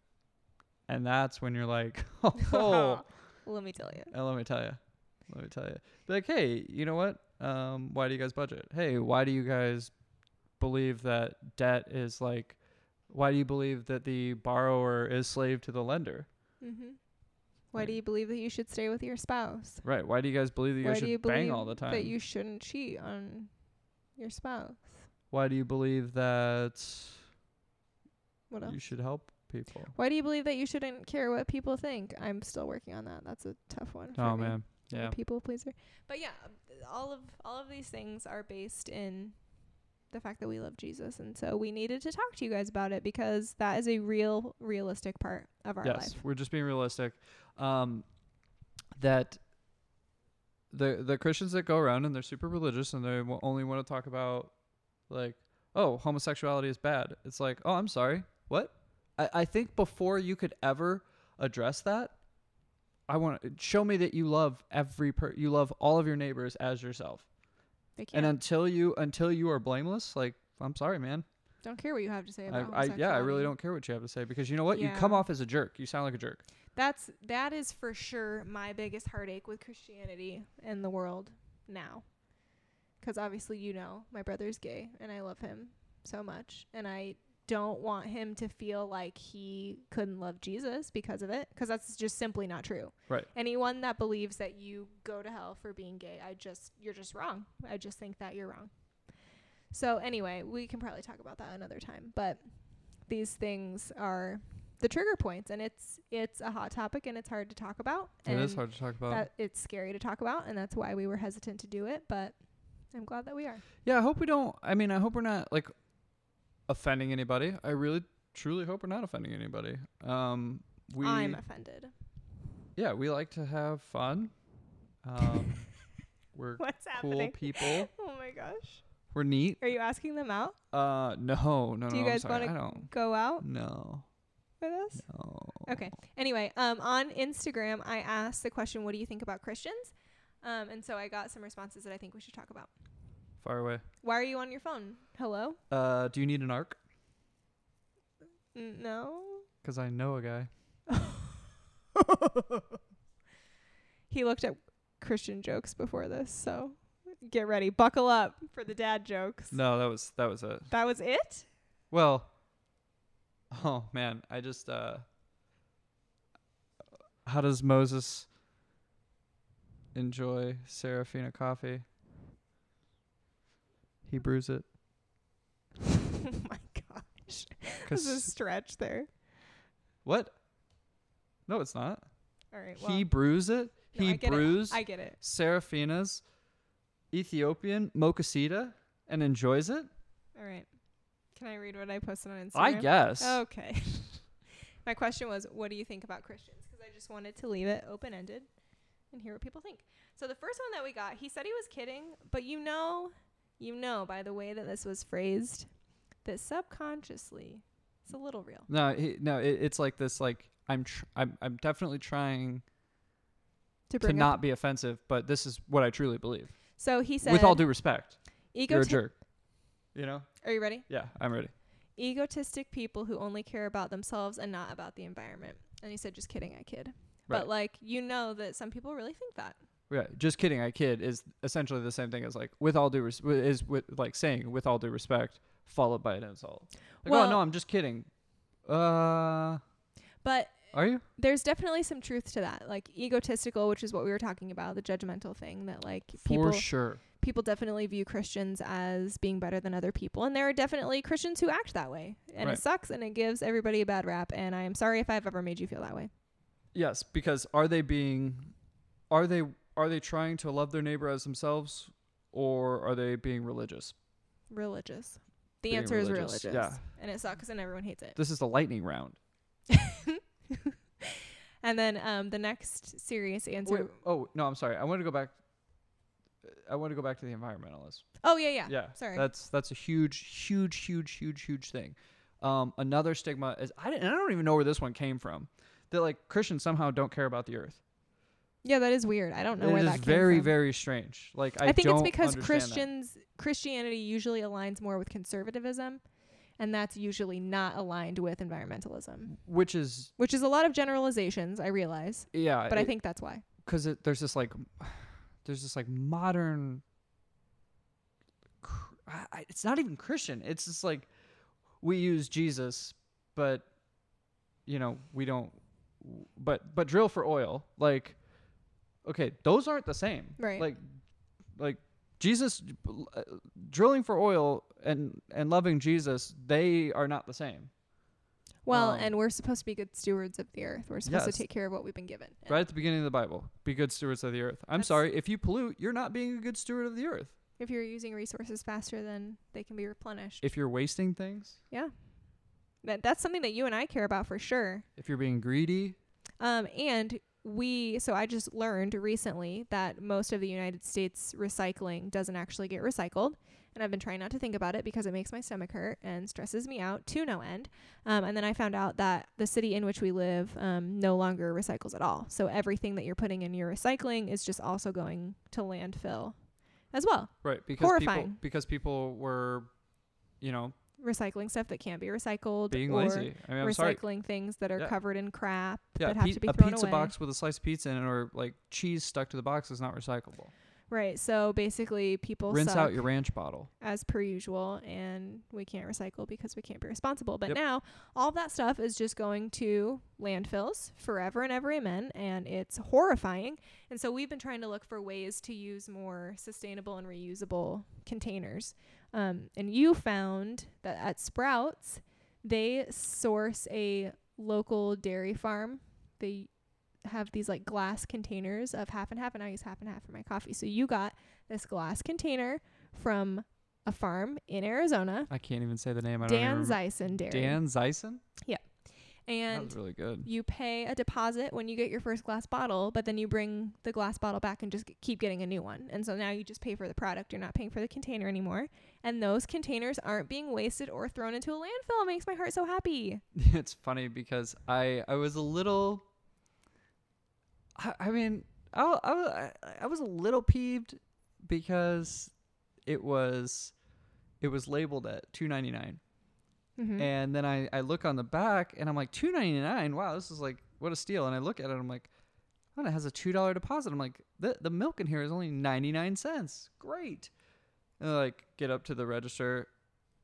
S1: and that's when you're like oh
S2: Let me tell you.
S1: and Uh, let me tell you let me tell you Be like hey you know what um why do you guys budget hey why do you guys believe that debt is like why do you believe that the borrower is slave to the lender
S2: Mm-hmm. Why do
S1: Like-
S2: you believe that you should stay with your spouse?
S1: right why do you guys believe that you
S2: Why
S1: guys
S2: do
S1: should
S2: you
S1: bang
S2: believe
S1: all the time
S2: that you shouldn't cheat on your spouse?
S1: why do you believe that
S2: What else?
S1: you should help people
S2: Why do you believe that you shouldn't care what people think? I'm still working on that. That's a tough one. For
S1: oh
S2: me.
S1: man
S2: I'm a
S1: yeah
S2: people pleaser. But yeah, all of all of these things are based in the fact that we love Jesus, and so we needed to talk to you guys about it because that is a real, realistic part of our
S1: yes,
S2: life.
S1: we're just being realistic. Um, that the the Christians that go around and they're super religious and they w- only want to talk about like, oh, homosexuality is bad. It's like, oh, I'm sorry, what? I, I think before you could ever address that, I want to show me that you love every per you love all of your neighbors as yourself.
S2: They
S1: And
S2: can't.
S1: until you until you are blameless, like I'm sorry, man.
S2: don't care what you have to say
S1: I,
S2: about
S1: I yeah, I really
S2: homosexuality.
S1: don't care what you have to say because you know what? You come
S2: Yeah.
S1: off as a jerk. You sound like a jerk.
S2: That's that is for sure my biggest heartache with Christianity and the world now. 'Cause obviously you know my brother's gay and I love him so much and I don't want him to feel like he couldn't love Jesus because of it, 'cause that's just simply not true.
S1: Right.
S2: Anyone that believes that you go to hell for being gay, I just you're just wrong. I just think that you're wrong. So anyway, we can probably talk about that another time, but these things are the trigger points, and it's it's a hot topic, and it's hard to talk about.
S1: it is
S2: and
S1: hard to talk about.
S2: That it's scary to talk about, and that's why we were hesitant to do it. But I'm glad that we are.
S1: yeah, I hope we don't. I mean, I hope we're not like offending anybody. I really, truly hope we're not offending anybody. Um, we
S2: I'm offended.
S1: yeah, we like to have fun. Um, we're
S2: What's
S1: cool
S2: happening?
S1: people.
S2: Oh my gosh.
S1: We're neat.
S2: Are you asking them out?
S1: Uh, no, no,
S2: Do
S1: no.
S2: you
S1: I'm
S2: guys
S1: sorry.
S2: wanna
S1: I don't.
S2: Go out
S1: No,
S2: with us?
S1: no.
S2: Okay. Anyway, um, on Instagram, I asked the question, "What do you think about Christians?" Um, and so I got some responses that I think we should talk about.
S1: Far away.
S2: Why are you on your phone? Hello?
S1: Uh, do you need an arc?
S2: N- No.
S1: Because I know a guy.
S2: he looked at Christian jokes before this, so get ready, buckle up for the dad jokes.
S1: No, that was that was it.
S2: That was it.
S1: Well, oh man, I just uh how does Moses enjoy Serafina coffee? He brews it
S2: oh my gosh, this is a
S1: cuz
S2: stretch there.
S1: what? No, it's not.
S2: All right, well,
S1: he brews it.
S2: no, I
S1: he
S2: get it.
S1: brews
S2: I get it.
S1: Serafina's Ethiopian mochassita and enjoys it?
S2: All right, can I read what I posted on Instagram?
S1: I guess.
S2: Oh, Okay. My question was, what do you think about Christians? Because I just wanted to leave it open ended and hear what people think. So the first one that we got, he said he was kidding, but you know, you know by the way that this was phrased, that subconsciously it's a little real.
S1: No, he, no, it, it's like this like I'm tr- I'm I'm definitely trying
S2: To
S1: to
S2: bring up.
S1: not be offensive, but this is what I truly believe.
S2: So he said,
S1: With all due respect, you're a
S2: "Egoti-
S1: jerk. You know?
S2: Are you ready?
S1: Yeah, I'm ready.
S2: Egotistic people who only care about themselves and not about the environment. And he said, just kidding, I kid.
S1: Right.
S2: But like, you know that some people really think that.
S1: Yeah, just kidding. I kid is essentially the same thing as like with all due res- wi- is with like saying with all due respect followed by an insult. Like, oh
S2: Well-
S1: no, I'm just kidding. Uh,
S2: But
S1: are you?
S2: there's definitely some truth to that like egotistical which is what we were talking about the judgmental thing that like people
S1: For sure.
S2: people definitely view christians as being better than other people and there are definitely christians who act that way and
S1: Right.
S2: it sucks and it gives everybody a bad rap and i am sorry if i've ever made you feel that way
S1: Yes, because are they being are they are they trying to love their neighbor as themselves or are they being religious?
S2: religious the
S1: Being
S2: answer
S1: religious,
S2: is religious
S1: yeah.
S2: and it sucks and everyone hates it
S1: This is the lightning round.
S2: and then um the next serious answer
S1: Wait, oh no, I'm sorry. I want to go back. I want to go back to the environmentalist.
S2: oh yeah yeah
S1: yeah,
S2: sorry.
S1: That's that's a huge, huge, huge, huge, huge thing. Um, another stigma is I, didn't, I don't even know where this one came from. That like Christians somehow don't care about the earth.
S2: yeah that is weird i don't know
S1: It
S2: where
S1: is
S2: that came
S1: very,
S2: from.
S1: very strange. Like I,
S2: I, think
S1: don't
S2: it's because
S1: understand that.
S2: Christians Christianity usually aligns more with conservatism, and that's usually not aligned with environmentalism,
S1: which is
S2: which is a lot of generalizations. I realize,
S1: yeah,
S2: but I think that's why.
S1: because it, there's this like there's this like modern cr- I, I- it's not even christian it's just like we use jesus but you know we don't but but drill for oil like okay those aren't the same
S2: Right.
S1: like like jesus uh, drilling for oil and and loving jesus they are not the same
S2: Well,
S1: Um,
S2: and we're supposed to be good stewards of the earth. We're supposed
S1: Yes.
S2: to take care of what we've been given. And
S1: right at the beginning of the bible be good stewards of the earth i'm
S2: That's-
S1: sorry if you pollute you're not being a good steward of the earth
S2: If you're using resources faster than they can be replenished,
S1: if you're wasting things,
S2: that, that's something that you and I care about for sure.
S1: if you're being greedy,
S2: Um, and we, so I just learned recently that most of the United States recycling doesn't actually get recycled. And I've been trying not to think about it because it makes my stomach hurt and stresses me out to no end. Um, and then I found out that the city in which we live um, no longer recycles at all. So everything that you're putting in your recycling is just also going to landfill as well.
S1: right? Because people
S2: Horrifying.
S1: because people were, you know,
S2: Recycling stuff that can't be recycled
S1: being
S2: or
S1: lazy. I mean, I'm sorry.
S2: recycling things that are
S1: Yeah.
S2: covered in crap
S1: Yeah,
S2: that have
S1: pi-
S2: to be
S1: a
S2: thrown
S1: pizza
S2: away.
S1: box with a slice of pizza in it, or like cheese stuck to the box, is not recyclable.
S2: Right. So basically, people
S1: Rinse
S2: suck.
S1: out your ranch bottle.
S2: as per usual and we can't recycle because we can't be responsible but
S1: Yep.
S2: now all that stuff is just going to landfills forever and ever amen and it's horrifying and so we've been trying to look for ways to use more sustainable and reusable containers um, and you found that at sprouts they source a local dairy farm. They have these like glass containers of half and half, and I use half and half for my coffee. So you got this glass container from a farm in Arizona,
S1: I can't even say the name. I don't
S2: Dan
S1: even remember.
S2: Zeisen Dairy,
S1: Dan Zeisen. That
S2: and
S1: was really good.
S2: you pay a deposit when you get your first glass bottle, but then you bring the glass bottle back and just g- keep getting a new one. And so now you just pay for the product. You're not paying for the container anymore. And those containers aren't being wasted or thrown into a landfill. It makes my heart so happy.
S1: it's funny because I I was a little. I, I mean, I, I wa- I I was a little peeved because it was it was labeled at two ninety nine,
S2: Mm-hmm.
S1: and then I I look on the back and I'm like two ninety nine. Wow, this is like what a steal. And I look at it, I'm like. Oh, and it has a two dollar deposit. I'm like, the the milk in here is only ninety nine cents. Great. And I, like get up to the register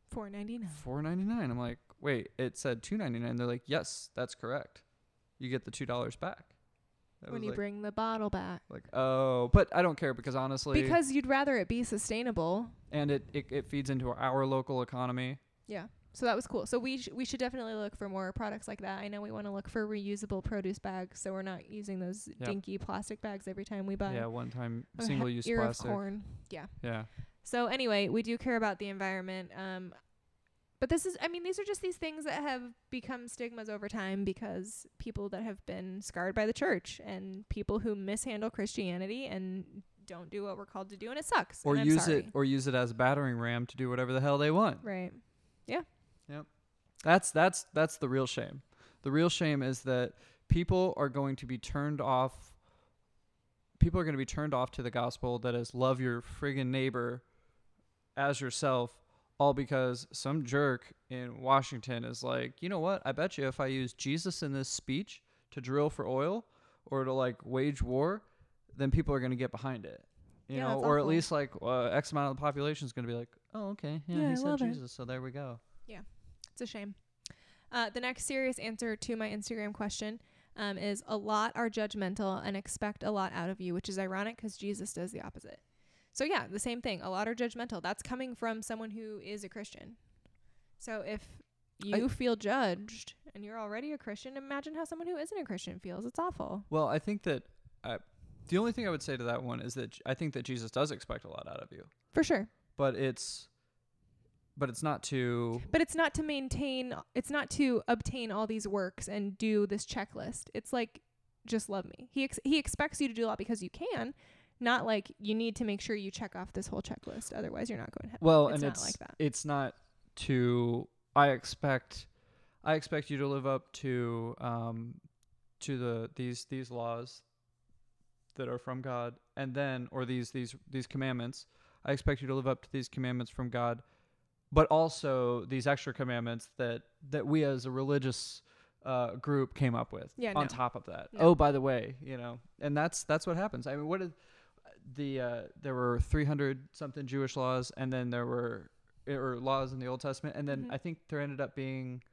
S2: Four ninety nine.
S1: four ninety nine. I'm like, wait, it said two ninety nine. They're like, yes, that's correct. You get the two dollars back. I
S2: When
S1: was
S2: you
S1: like,
S2: bring the bottle back.
S1: like, oh, but I don't care because honestly,
S2: Because you'd rather it be sustainable.
S1: and it, it it feeds into our local economy.
S2: Yeah. So that was cool. So we sh- we should definitely look for more products like that. I know we want to look for reusable produce bags, so we're not using those
S1: Yeah.
S2: dinky plastic bags every time we buy.
S1: yeah, one time
S2: a he-
S1: single use
S2: ear
S1: plastic.
S2: of corn. Yeah.
S1: Yeah,
S2: So anyway, we do care about the environment. Um, but this is, I mean, these are just these things that have become stigmas over time because people that have been scarred by the church and people who mishandle Christianity and don't do what we're called to do, and it sucks.
S1: or
S2: and I'm
S1: use
S2: sorry.
S1: it or use it as a battering ram to do whatever the hell they want.
S2: Right.
S1: That's that's that's the real shame. The real shame is that people are going to be turned off. People are going to be turned off to the gospel that is love your friggin' neighbor as yourself, all because some jerk in Washington is like, you know what? I bet you if I use Jesus in this speech to drill for oil or to like wage war, then people are going to get behind it. You
S2: Yeah,
S1: know,
S2: that's
S1: or at
S2: awful.
S1: least like uh, X amount of the population is going to be like, oh, okay, yeah,
S2: Yeah, I
S1: he said
S2: love it.
S1: Jesus, so there we go.
S2: It's a shame. Uh, the next serious answer to my Instagram question um, is a lot are judgmental and expect a lot out of you, which is ironic because Jesus does the opposite. So, yeah, the same thing. A lot are judgmental. That's coming from someone who is a Christian. So, if you feel judged and you're already a Christian, imagine how someone who isn't a Christian feels. It's awful.
S1: Well, I think that I, the only thing I would say to that one is that J- I think that Jesus does expect a lot out of you,
S2: For sure.
S1: but it's, but it's not to.
S2: But it's not to maintain, it's not to obtain all these works and do this checklist. It's like, just love me. He, ex- he expects you to do a lot because you can, not like you need to make sure you check off this whole checklist. Otherwise, you're not going to heaven.
S1: Well,
S2: it's
S1: and
S2: not
S1: it's
S2: like that.
S1: it's not to. I expect, I expect you to live up to, um, to the these these laws that are from God, and then or these these these commandments. I expect you to live up to these commandments from God, but also these extra commandments that that we as a religious uh, group came up with
S2: Yeah,
S1: on
S2: no.
S1: top of that.
S2: No.
S1: Oh, by the way, you know, and that's that's what happens. I mean, what did the uh, there were 300 something Jewish laws, and then there were or laws in the Old Testament, and then
S2: Mhm.
S1: I think there ended up being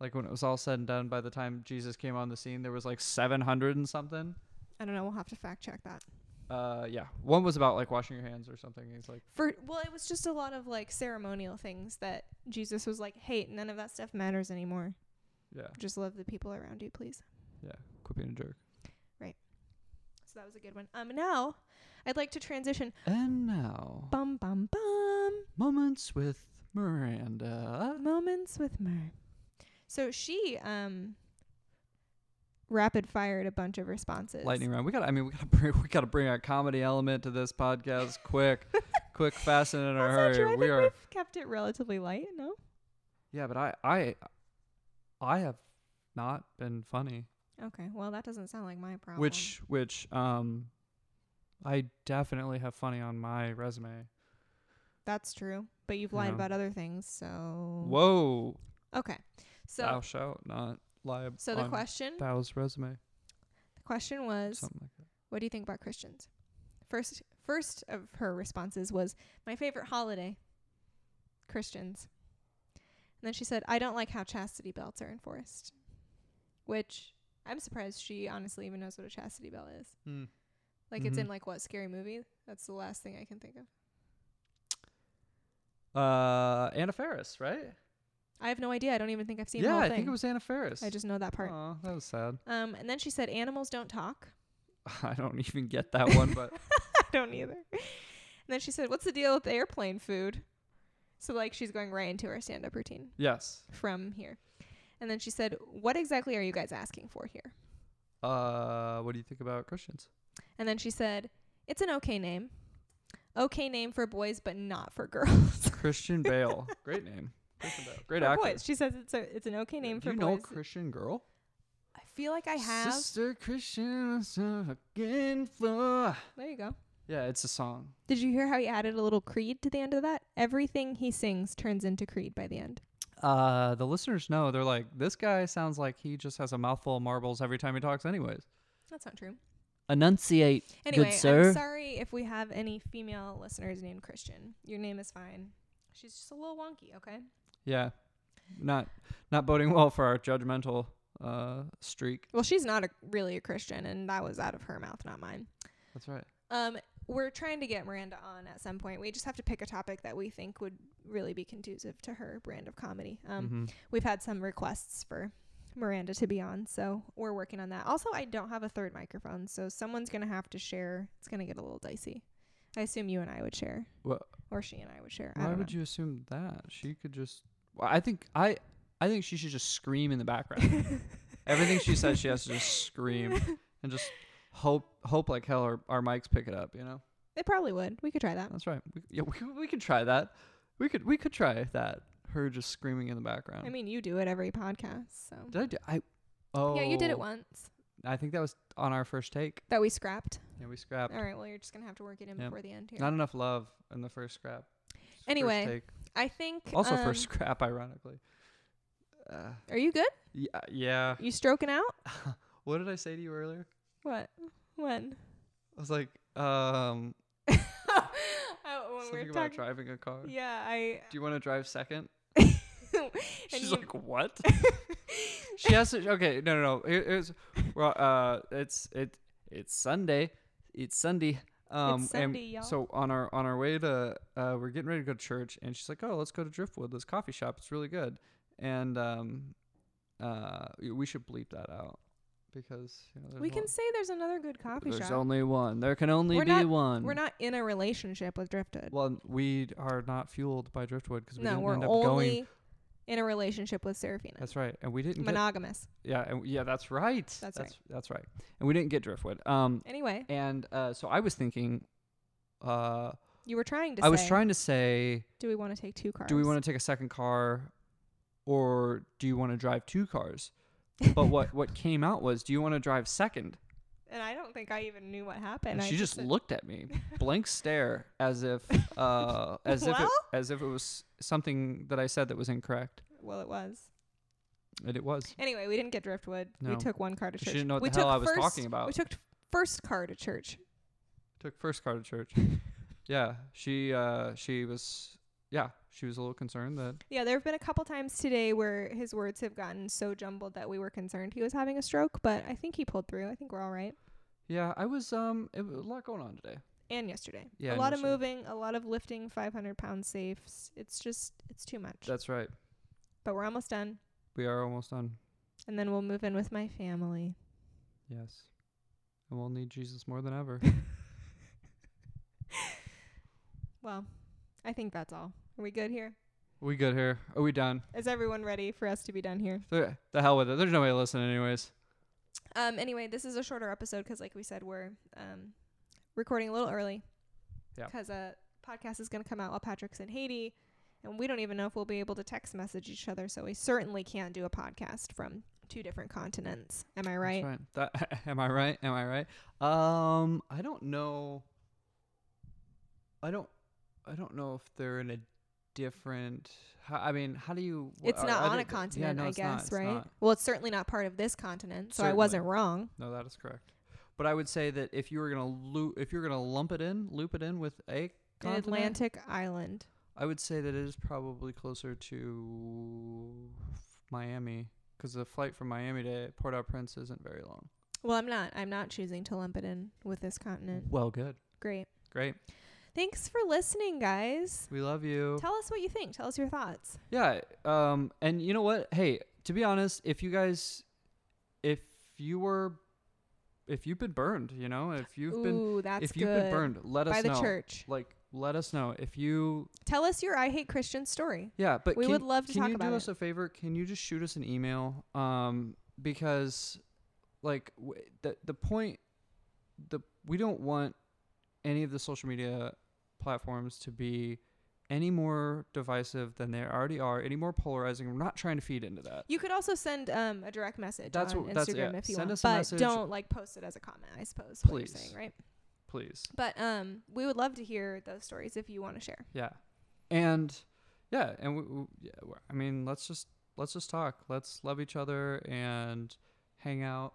S1: like when it was all said and done. By the time Jesus came on the scene, there was like 700 and something.
S2: I don't know. We'll have to fact check that.
S1: Uh, yeah, one was about like washing your hands or something. He's like,
S2: For well, it was just a lot of like ceremonial things that Jesus was like, "Hey, none of that stuff matters anymore.
S1: yeah,
S2: Just love the people around you, please."
S1: yeah, quit being a jerk.
S2: So that was a good one. Um, now I'd like to transition.
S1: And now,
S2: Bum bum bum.
S1: moments with Miranda.
S2: Moments with Mer. So she um rapid fired a bunch of responses.
S1: Lightning round. We got. to I mean, we got to bring. We got to bring our comedy element to this podcast. Quick, quick, fast, and in a
S2: That's not true. I
S1: hurry.
S2: think
S1: We are.
S2: we've kept it relatively light, no?
S1: Yeah, but I, I, I have not been funny.
S2: Okay. Well that doesn't sound like my problem.
S1: Which, which, um, I definitely have funny on my resume.
S2: that's true. But you've lied
S1: Yeah.
S2: about other things, so
S1: Whoa!
S2: Okay. Mm. So
S1: thou shalt not lie. ab-
S2: so the
S1: on
S2: question
S1: Thou's resume.
S2: the question was
S1: Something like that.
S2: what do you think about Christians? First first of her responses was my favorite holiday. Christians. And then she said, I don't like how chastity belts are enforced. Which I'm surprised she honestly even knows what a chastity belt is. Like it's
S1: Mhm.
S2: in like what scary movie? That's the last thing I can think of.
S1: Uh, Anna Faris, right?
S2: I have no idea. I don't even think I've seen the
S1: yeah,
S2: whole
S1: I
S2: thing.
S1: think it was Anna Faris.
S2: I just know that part.
S1: Aw, that was sad.
S2: Um, and then she said, "Animals don't talk."
S1: I don't even get that one, but
S2: I don't either. And then she said, "What's the deal with airplane food?" So like she's going right into her stand-up routine
S1: yes.
S2: from here. And then she said, "What exactly are you guys asking for here?"
S1: Uh, what do you think about Christians?
S2: And then she said, "It's an okay name. Okay name for boys, but not for girls."
S1: Christian Bale, great name. Christian Bale, great
S2: for
S1: actor.
S2: boys. She says it's a it's an okay
S1: Yeah,
S2: name
S1: do
S2: for
S1: you know
S2: boys.
S1: Christian Girl?
S2: I feel like I have.
S1: Sister Christian on the second floor.
S2: There you go.
S1: Yeah, it's a song.
S2: Did you hear how he added a little creed to the end of that? Everything he sings turns into creed by the end.
S1: Uh, the listeners know they're like, this guy sounds like he just has a mouthful of marbles every time he talks. Anyways,
S2: That's not true.
S1: enunciate,
S2: Anyway,
S1: sir.
S2: I'm sorry if we have any female listeners named Christian. Your name is fine. She's just a little wonky, okay?
S1: Yeah, not not boding well for our judgmental uh streak.
S2: Well, she's not a, really a Christian, and that was out of her mouth, not mine.
S1: That's right.
S2: Um, we're trying to get Miranda on at some point. We just have to pick a topic that we think would really be conducive to her brand of comedy. Um,
S1: Mhm.
S2: we've had some requests for Miranda to be on, so we're working on that. Also, I don't have a third microphone, so someone's gonna have to share. It's gonna get a little dicey. I assume you and I would share,
S1: Well,
S2: or she and I would share. I
S1: Why
S2: don't
S1: would
S2: know.
S1: you assume that? She could just. Well, I think I. I think she should just scream in the background. Everything she says, she has to just scream and just hope, hope like hell our, our mics pick it up. You know,
S2: It probably would. We could try that.
S1: that's right. We, yeah, we, could- we could try that. We could we could try that. Her just screaming in the background.
S2: I mean, you do it every podcast, so
S1: did I do? I oh
S2: yeah, you did it once
S1: I think that was on our first take.
S2: that we scrapped.
S1: Yeah, we scrapped.
S2: All right, well, you're just gonna have to work it in
S1: Yeah.
S2: before the end here.
S1: Not enough love in the first scrap. First
S2: Anyway,
S1: take.
S2: I think
S1: also
S2: um,
S1: first scrap, ironically. Uh,
S2: Are you good?
S1: yeah, yeah.
S2: You stroking out?
S1: What did I say to you earlier?
S2: What? When?
S1: I was like, um,
S2: Oh, when we
S1: something
S2: were
S1: about
S2: talking.
S1: driving a car.
S2: Yeah, I.
S1: Do you want to drive second?
S2: and you-
S1: She's like, what? she has to. Okay, no, no, no. Here- here's- well, uh, it's it it's Sunday. It's Sunday. Um,
S2: Sunday,
S1: and
S2: y'all.
S1: so on our on our way to uh, we're getting ready to go to church, and she's like, "Oh, let's go to Driftwood. This coffee shop. It's really good." And um, uh, y- we should bleep that out because you know, there's
S2: we can
S1: one-
S2: say there's another good coffee
S1: there's
S2: shop.
S1: only one. There can only
S2: We're
S1: be
S2: not-
S1: one.
S2: We're not in a relationship with Driftwood.
S1: Well, we are not fueled by driftwood because we
S2: no,
S1: didn't
S2: we're
S1: end up
S2: only
S1: going.
S2: in a relationship with Serafina.
S1: That's right, and we didn't. Get,
S2: Monogamous.
S1: yeah, and, yeah, that's right.
S2: right.
S1: that's that's right, and we didn't get driftwood. Um,
S2: Anyway,
S1: and uh, so I was thinking, uh,
S2: you were trying to
S1: I
S2: say,
S1: was trying to say,
S2: do we want to take two cars?
S1: do we want to take a second car, or do you want to drive two cars? But what what came out was, do you want to drive second?
S2: And I don't think I even knew what happened.
S1: And,
S2: I
S1: she just
S2: said-
S1: looked at me, blank stare, as if uh, as if it,
S2: Well?
S1: as if it was something that I said that was incorrect,
S2: Well, it was.
S1: and it was.
S2: Anyway, we didn't get Driftwood. We
S1: No.
S2: took one car to
S1: She
S2: church.
S1: didn't know what
S2: we
S1: the hell
S2: took
S1: I was
S2: first-
S1: talking about.
S2: We took first car to church.
S1: took first car to church. yeah, she uh she was yeah she was a little concerned that
S2: Yeah, there have been a couple times today where his words have gotten so jumbled that we were concerned he was having a stroke, but I think he pulled through. I think we're all right.
S1: yeah I was um it, was a lot going on today.
S2: And yesterday,
S1: Yeah,
S2: a
S1: and
S2: lot
S1: yesterday.
S2: of moving, a lot of lifting 500 pound safes. It's just, it's too much.
S1: That's right.
S2: but we're almost done,
S1: We are almost done.
S2: and then we'll move in with my family.
S1: Yes, and we'll need Jesus more than ever.
S2: Well, I think that's all. Are we good here?
S1: we good here? Are we done?
S2: Is everyone ready for us to be done here?
S1: The, the hell with it. There's no way to listen anyways.
S2: Um. Anyway, this is a shorter episode 'cause like we said, we're um recording a little early.
S1: Yeah.
S2: 'Cause a podcast is going to come out while Patrick's in Haiti, and we don't even know if we'll be able to text message each other. So we certainly can't do a podcast from two different continents. Am I right?
S1: That's right. That, am I right? Am I right? Um, I don't know. I don't. I don't know if they're in a different. How, I mean, how do you? wh-
S2: It's
S1: are-
S2: not
S1: are
S2: on
S1: they-
S2: a
S1: th-
S2: continent,
S1: yeah, no,
S2: I
S1: it's not,
S2: guess,
S1: it's
S2: right?
S1: not.
S2: Well, it's certainly not part of this continent, so I
S1: Certainly.
S2: wasn't wrong.
S1: No, that is correct. But I would say that if you were gonna loop, if you were gonna lump it in, loop it in with a
S2: An
S1: continent,
S2: Atlantic island.
S1: I would say that it is probably closer to Miami because the flight from Miami to Port-au-Prince isn't very long.
S2: Well, I'm not. I'm not choosing to lump it in with this continent.
S1: Well, good,
S2: Great.
S1: great.
S2: Thanks for listening, guys.
S1: We love you.
S2: Tell us what you think. Tell us your thoughts.
S1: Yeah. Um. And you know what? Hey, to be honest, if you guys, if you were, if you've been burned, you know, if you've been,
S2: Ooh, that's
S1: if you've been
S2: good.
S1: burned, let
S2: by
S1: us
S2: the
S1: know.
S2: church.
S1: Like, let us know if you.
S2: Tell us your I hate Christian story.
S1: Yeah. But
S2: We
S1: can,
S2: would love to
S1: can
S2: talk
S1: you
S2: about
S1: do
S2: it.
S1: us a favor? Can you just shoot us an email? Um. Because, like, w- the the point, the we don't want any of the social media platforms to be any more divisive than they already are, any more polarizing. We're not trying to feed into that.
S2: You could also send um, a direct message
S1: That's
S2: on
S1: what-
S2: Instagram
S1: that's- yeah.
S2: if you
S1: Send
S2: want,
S1: us a
S2: but
S1: message.
S2: don't like post it as a comment. I suppose. Please, what you're
S1: Please.
S2: saying, right?
S1: Please.
S2: But um, we would love to hear those stories if you want to share.
S1: Yeah, and yeah, and we, we, yeah, we're- I mean, let's just let's just talk. Let's love each other and hang out.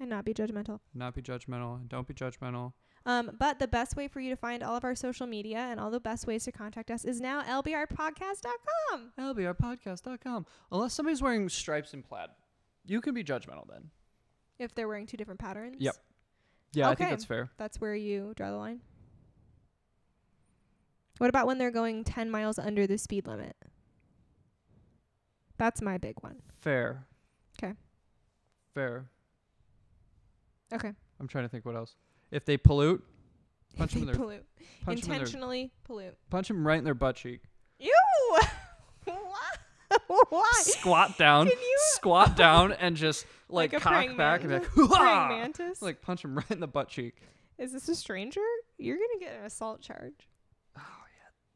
S2: and not be judgmental.
S1: Not be judgmental. and Don't be judgmental.
S2: Um, but the best way for you to find all of our social media and all the best ways to contact us is now lbrpodcast.com.
S1: LBRpodcast.com. Unless somebody's wearing stripes and plaid, you can be judgmental then.
S2: If they're wearing two different patterns,
S1: Yep. Yeah, I
S2: Okay.
S1: think that's fair.
S2: that's where you draw the line. What about when they're going 10 miles under the speed limit? That's my big one.
S1: Fair.
S2: 'Kay.
S1: Fair.
S2: Okay.
S1: I'm trying to think what else. If they pollute, Punch 'em in their-
S2: pollute.
S1: punch them in their,
S2: Intentionally pollute.
S1: punch 'em right in their butt cheek.
S2: Ew! Why? Why?
S1: Squat down.
S2: Can you-
S1: squat down and just like,
S2: Like a
S1: cock
S2: praying
S1: back
S2: man-
S1: and be like,
S2: Praying
S1: "Hoo-ah!"
S2: mantis?
S1: Like punch him right in the butt cheek.
S2: Is this a stranger? You're going to get an assault charge.
S1: Oh,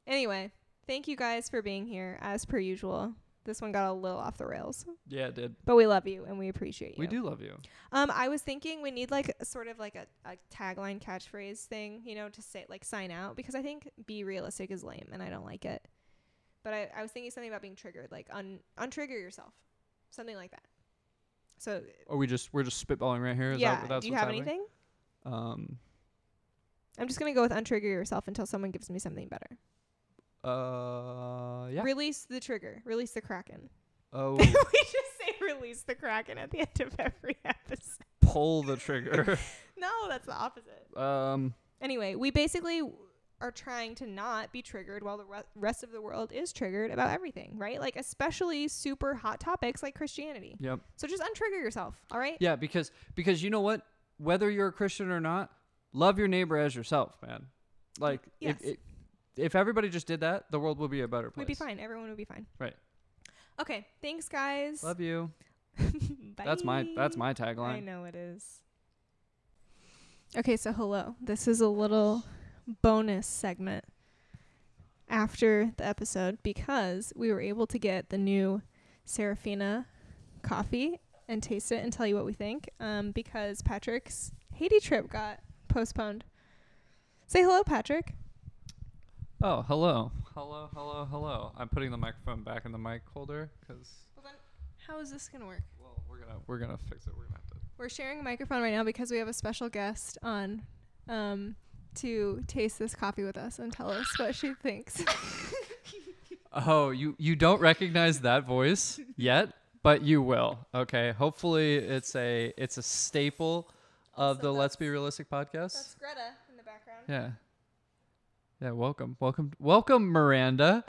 S2: Anyway, thank you guys for being here as per usual. This one got a little off the rails,
S1: Yeah, it did.
S2: but we love you and we appreciate you.
S1: We do love you.
S2: Um, I was thinking we need like a- sort of like a, a tagline catchphrase thing, you know, to say like sign out because I think be realistic is lame and I don't like it. But I, I was thinking something about being triggered, like un untrigger yourself, something like that. So
S1: Or we just we're just spitballing right here. Is
S2: yeah,
S1: that, that's
S2: do you
S1: what's
S2: have
S1: happening?
S2: anything?
S1: Um.
S2: I'm just gonna go with untrigger yourself until someone gives me something better.
S1: Uh. Yeah.
S2: Release the trigger, release the kraken.
S1: oh,
S2: we just say release the kraken at the end of every episode.
S1: pull the trigger.
S2: No, that's the opposite.
S1: um.
S2: Anyway, we basically w- are trying to not be triggered while the re- rest of the world is triggered about everything, right? Like especially super hot topics like Christianity.
S1: Yep.
S2: So just untrigger yourself, all right?
S1: Yeah, because because you know what? Whether you're a Christian or not, love your neighbor as yourself, man. Like
S2: Yes.
S1: if it, if everybody just did that, the world would be a better place.
S2: We'd be fine. Everyone would be fine.
S1: Right.
S2: Okay. Thanks, guys.
S1: Love you.
S2: Bye.
S1: That's my that's my
S2: I
S1: tagline.
S2: know it is. Okay, so hello. This is a little bonus segment after the episode because we were able to get the new Serafina coffee and taste it and tell you what we think um, because Patrick's Haiti trip got postponed. Say hello, Patrick.
S1: Oh, hello, hello, hello, hello. I'm putting the microphone back in the mic holder because
S2: How is this going to work?
S1: well, we're gonna we're gonna fix it. We're gonna have to.
S2: We're sharing a microphone right now because we have a special guest on um, to taste this coffee with us and tell us what she thinks.
S1: Oh, you you don't recognize that voice yet, but you will. Okay, hopefully it's a it's a staple of
S2: So
S1: the
S2: that's-
S1: Let's Be Realistic podcast.
S2: That's Greta in the background.
S1: Yeah. Yeah, welcome. Welcome welcome Miranda.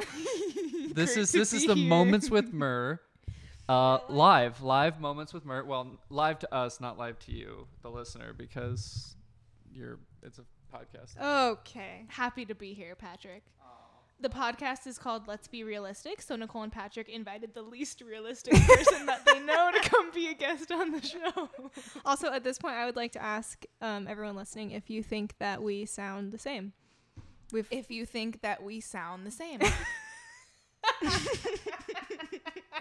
S1: this
S2: Great
S1: is
S2: to
S1: this is
S2: be
S1: the
S2: here.
S1: moments with Mur. Uh,
S2: like-
S1: live, live moments with Mur. Well, live to us, not live to you, the listener, because you're it's a podcast.
S2: Okay.
S3: Happy to be here, Patrick. The podcast is called Let's Be Realistic, so Nicole and Patrick invited the least realistic person that they know to come be a guest on the show.
S2: Also, at this point, I would like to ask um, everyone listening if you think that we sound the same. We've
S3: If you think that we sound the same,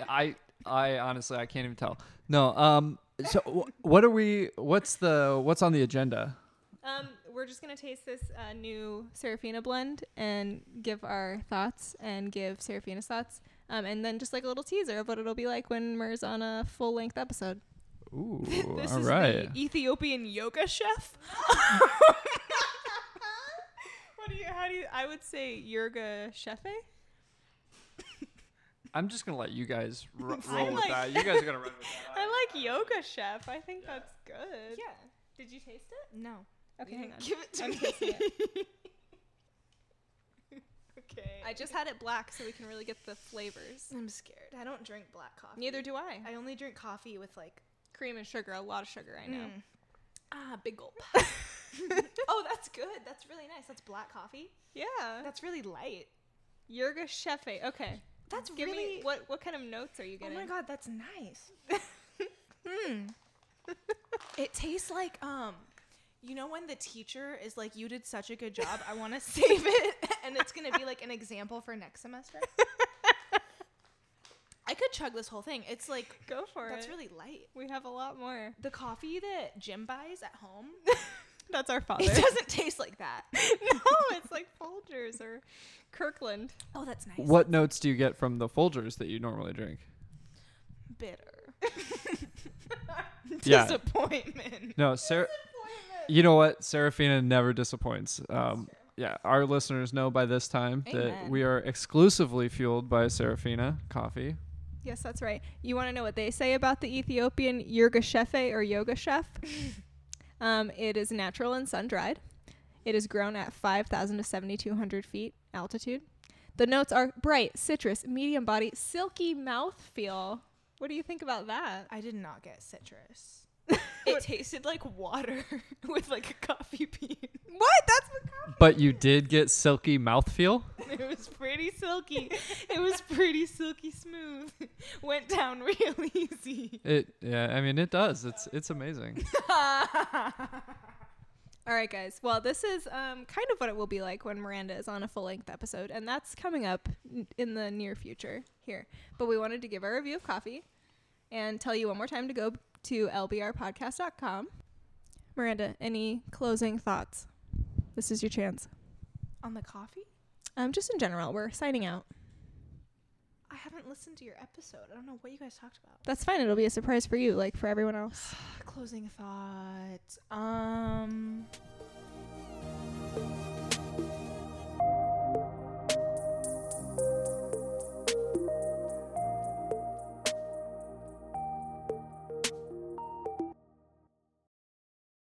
S1: I I honestly I can't even tell. No, um so wh- what are we what's the what's on the agenda?
S2: um, we're just gonna taste this uh, new Serafina blend and give our thoughts and give Serafina's thoughts, um, and then just like a little teaser of what it'll be like when Mer's on a full length episode.
S1: Ooh,
S3: this
S1: all
S3: is
S1: right.
S3: the Ethiopian yoga chef.
S2: What do you? How do you? I would say Yurga Chefe.
S1: I'm just going to let you guys ro-
S3: I
S1: roll with
S3: like-
S1: that. You guys are going to run with that.
S2: I like Yoga Chef. I think
S1: Yeah.
S2: that's good.
S3: Yeah.
S2: Did you taste it?
S3: No.
S2: Okay, hang on.
S3: Give it to
S2: I'm
S3: me.
S2: tasting it.
S3: okay.
S2: I just had it black so we can really get the flavors.
S3: I'm scared. I don't drink black coffee.
S2: Neither do I.
S3: I only drink coffee with like.
S2: Cream and sugar, a lot of sugar, I
S3: I
S2: know.
S3: know. Ah, big gulp. oh, that's good. That's really nice. That's black coffee.
S2: Yeah.
S3: That's really light.
S2: Yurga Chefe. Okay.
S3: That's
S2: Give
S3: really.
S2: me what what kind of notes are you
S3: oh
S2: getting?
S3: my god, that's nice. Hmm. it tastes like um, you know when the teacher is like, "You did such a good job. I want to save it," and it's gonna be like an example for next semester. I could chug this whole thing. It's like
S2: Go for
S3: that's
S2: it.
S3: really light.
S2: we have a lot more.
S3: The coffee that Jim buys at home,
S2: That's our father.
S3: it doesn't taste like that.
S2: no, it's like Folgers or Kirkland.
S3: Oh, that's nice.
S1: What notes do you get from the Folgers that you normally drink?
S3: bitter?
S1: Yeah.
S3: Disappointment.
S1: No, Sarah. You know what? Seraphina never disappoints. Um, yeah, our listeners know by this time that
S2: Amen.
S1: we are exclusively fueled by Seraphina coffee.
S2: Yes, that's right. You want to know what they say about the Ethiopian Yurga Chefe or Yoga Chef? um, it is natural and sun dried. It is grown at 5,000 to 7,200 feet altitude. The notes are bright, citrus, medium body, silky mouthfeel. What do you think about that?
S3: I did not get citrus. it tasted like water with like a coffee bean.
S2: What? That's what coffee.
S1: But you did get silky mouthfeel.
S3: It was pretty silky. it was pretty silky smooth. Went down real easy.
S1: It. Yeah. I mean, it does. It's. It's amazing.
S2: All right, guys. Well, this is um, kind of what it will be like when Miranda is on a full length episode, and that's coming up n- in the near future here. But we wanted to give our review of coffee and tell you one more time to go to lbrpodcast.com. Miranda, any closing thoughts? This is your chance.
S3: On the coffee?
S2: Um, just in general, we're signing out.
S3: I haven't listened to your episode. I don't know what you guys talked about.
S2: That's fine. It'll be a surprise for you, like for everyone else.
S3: Closing thoughts. Um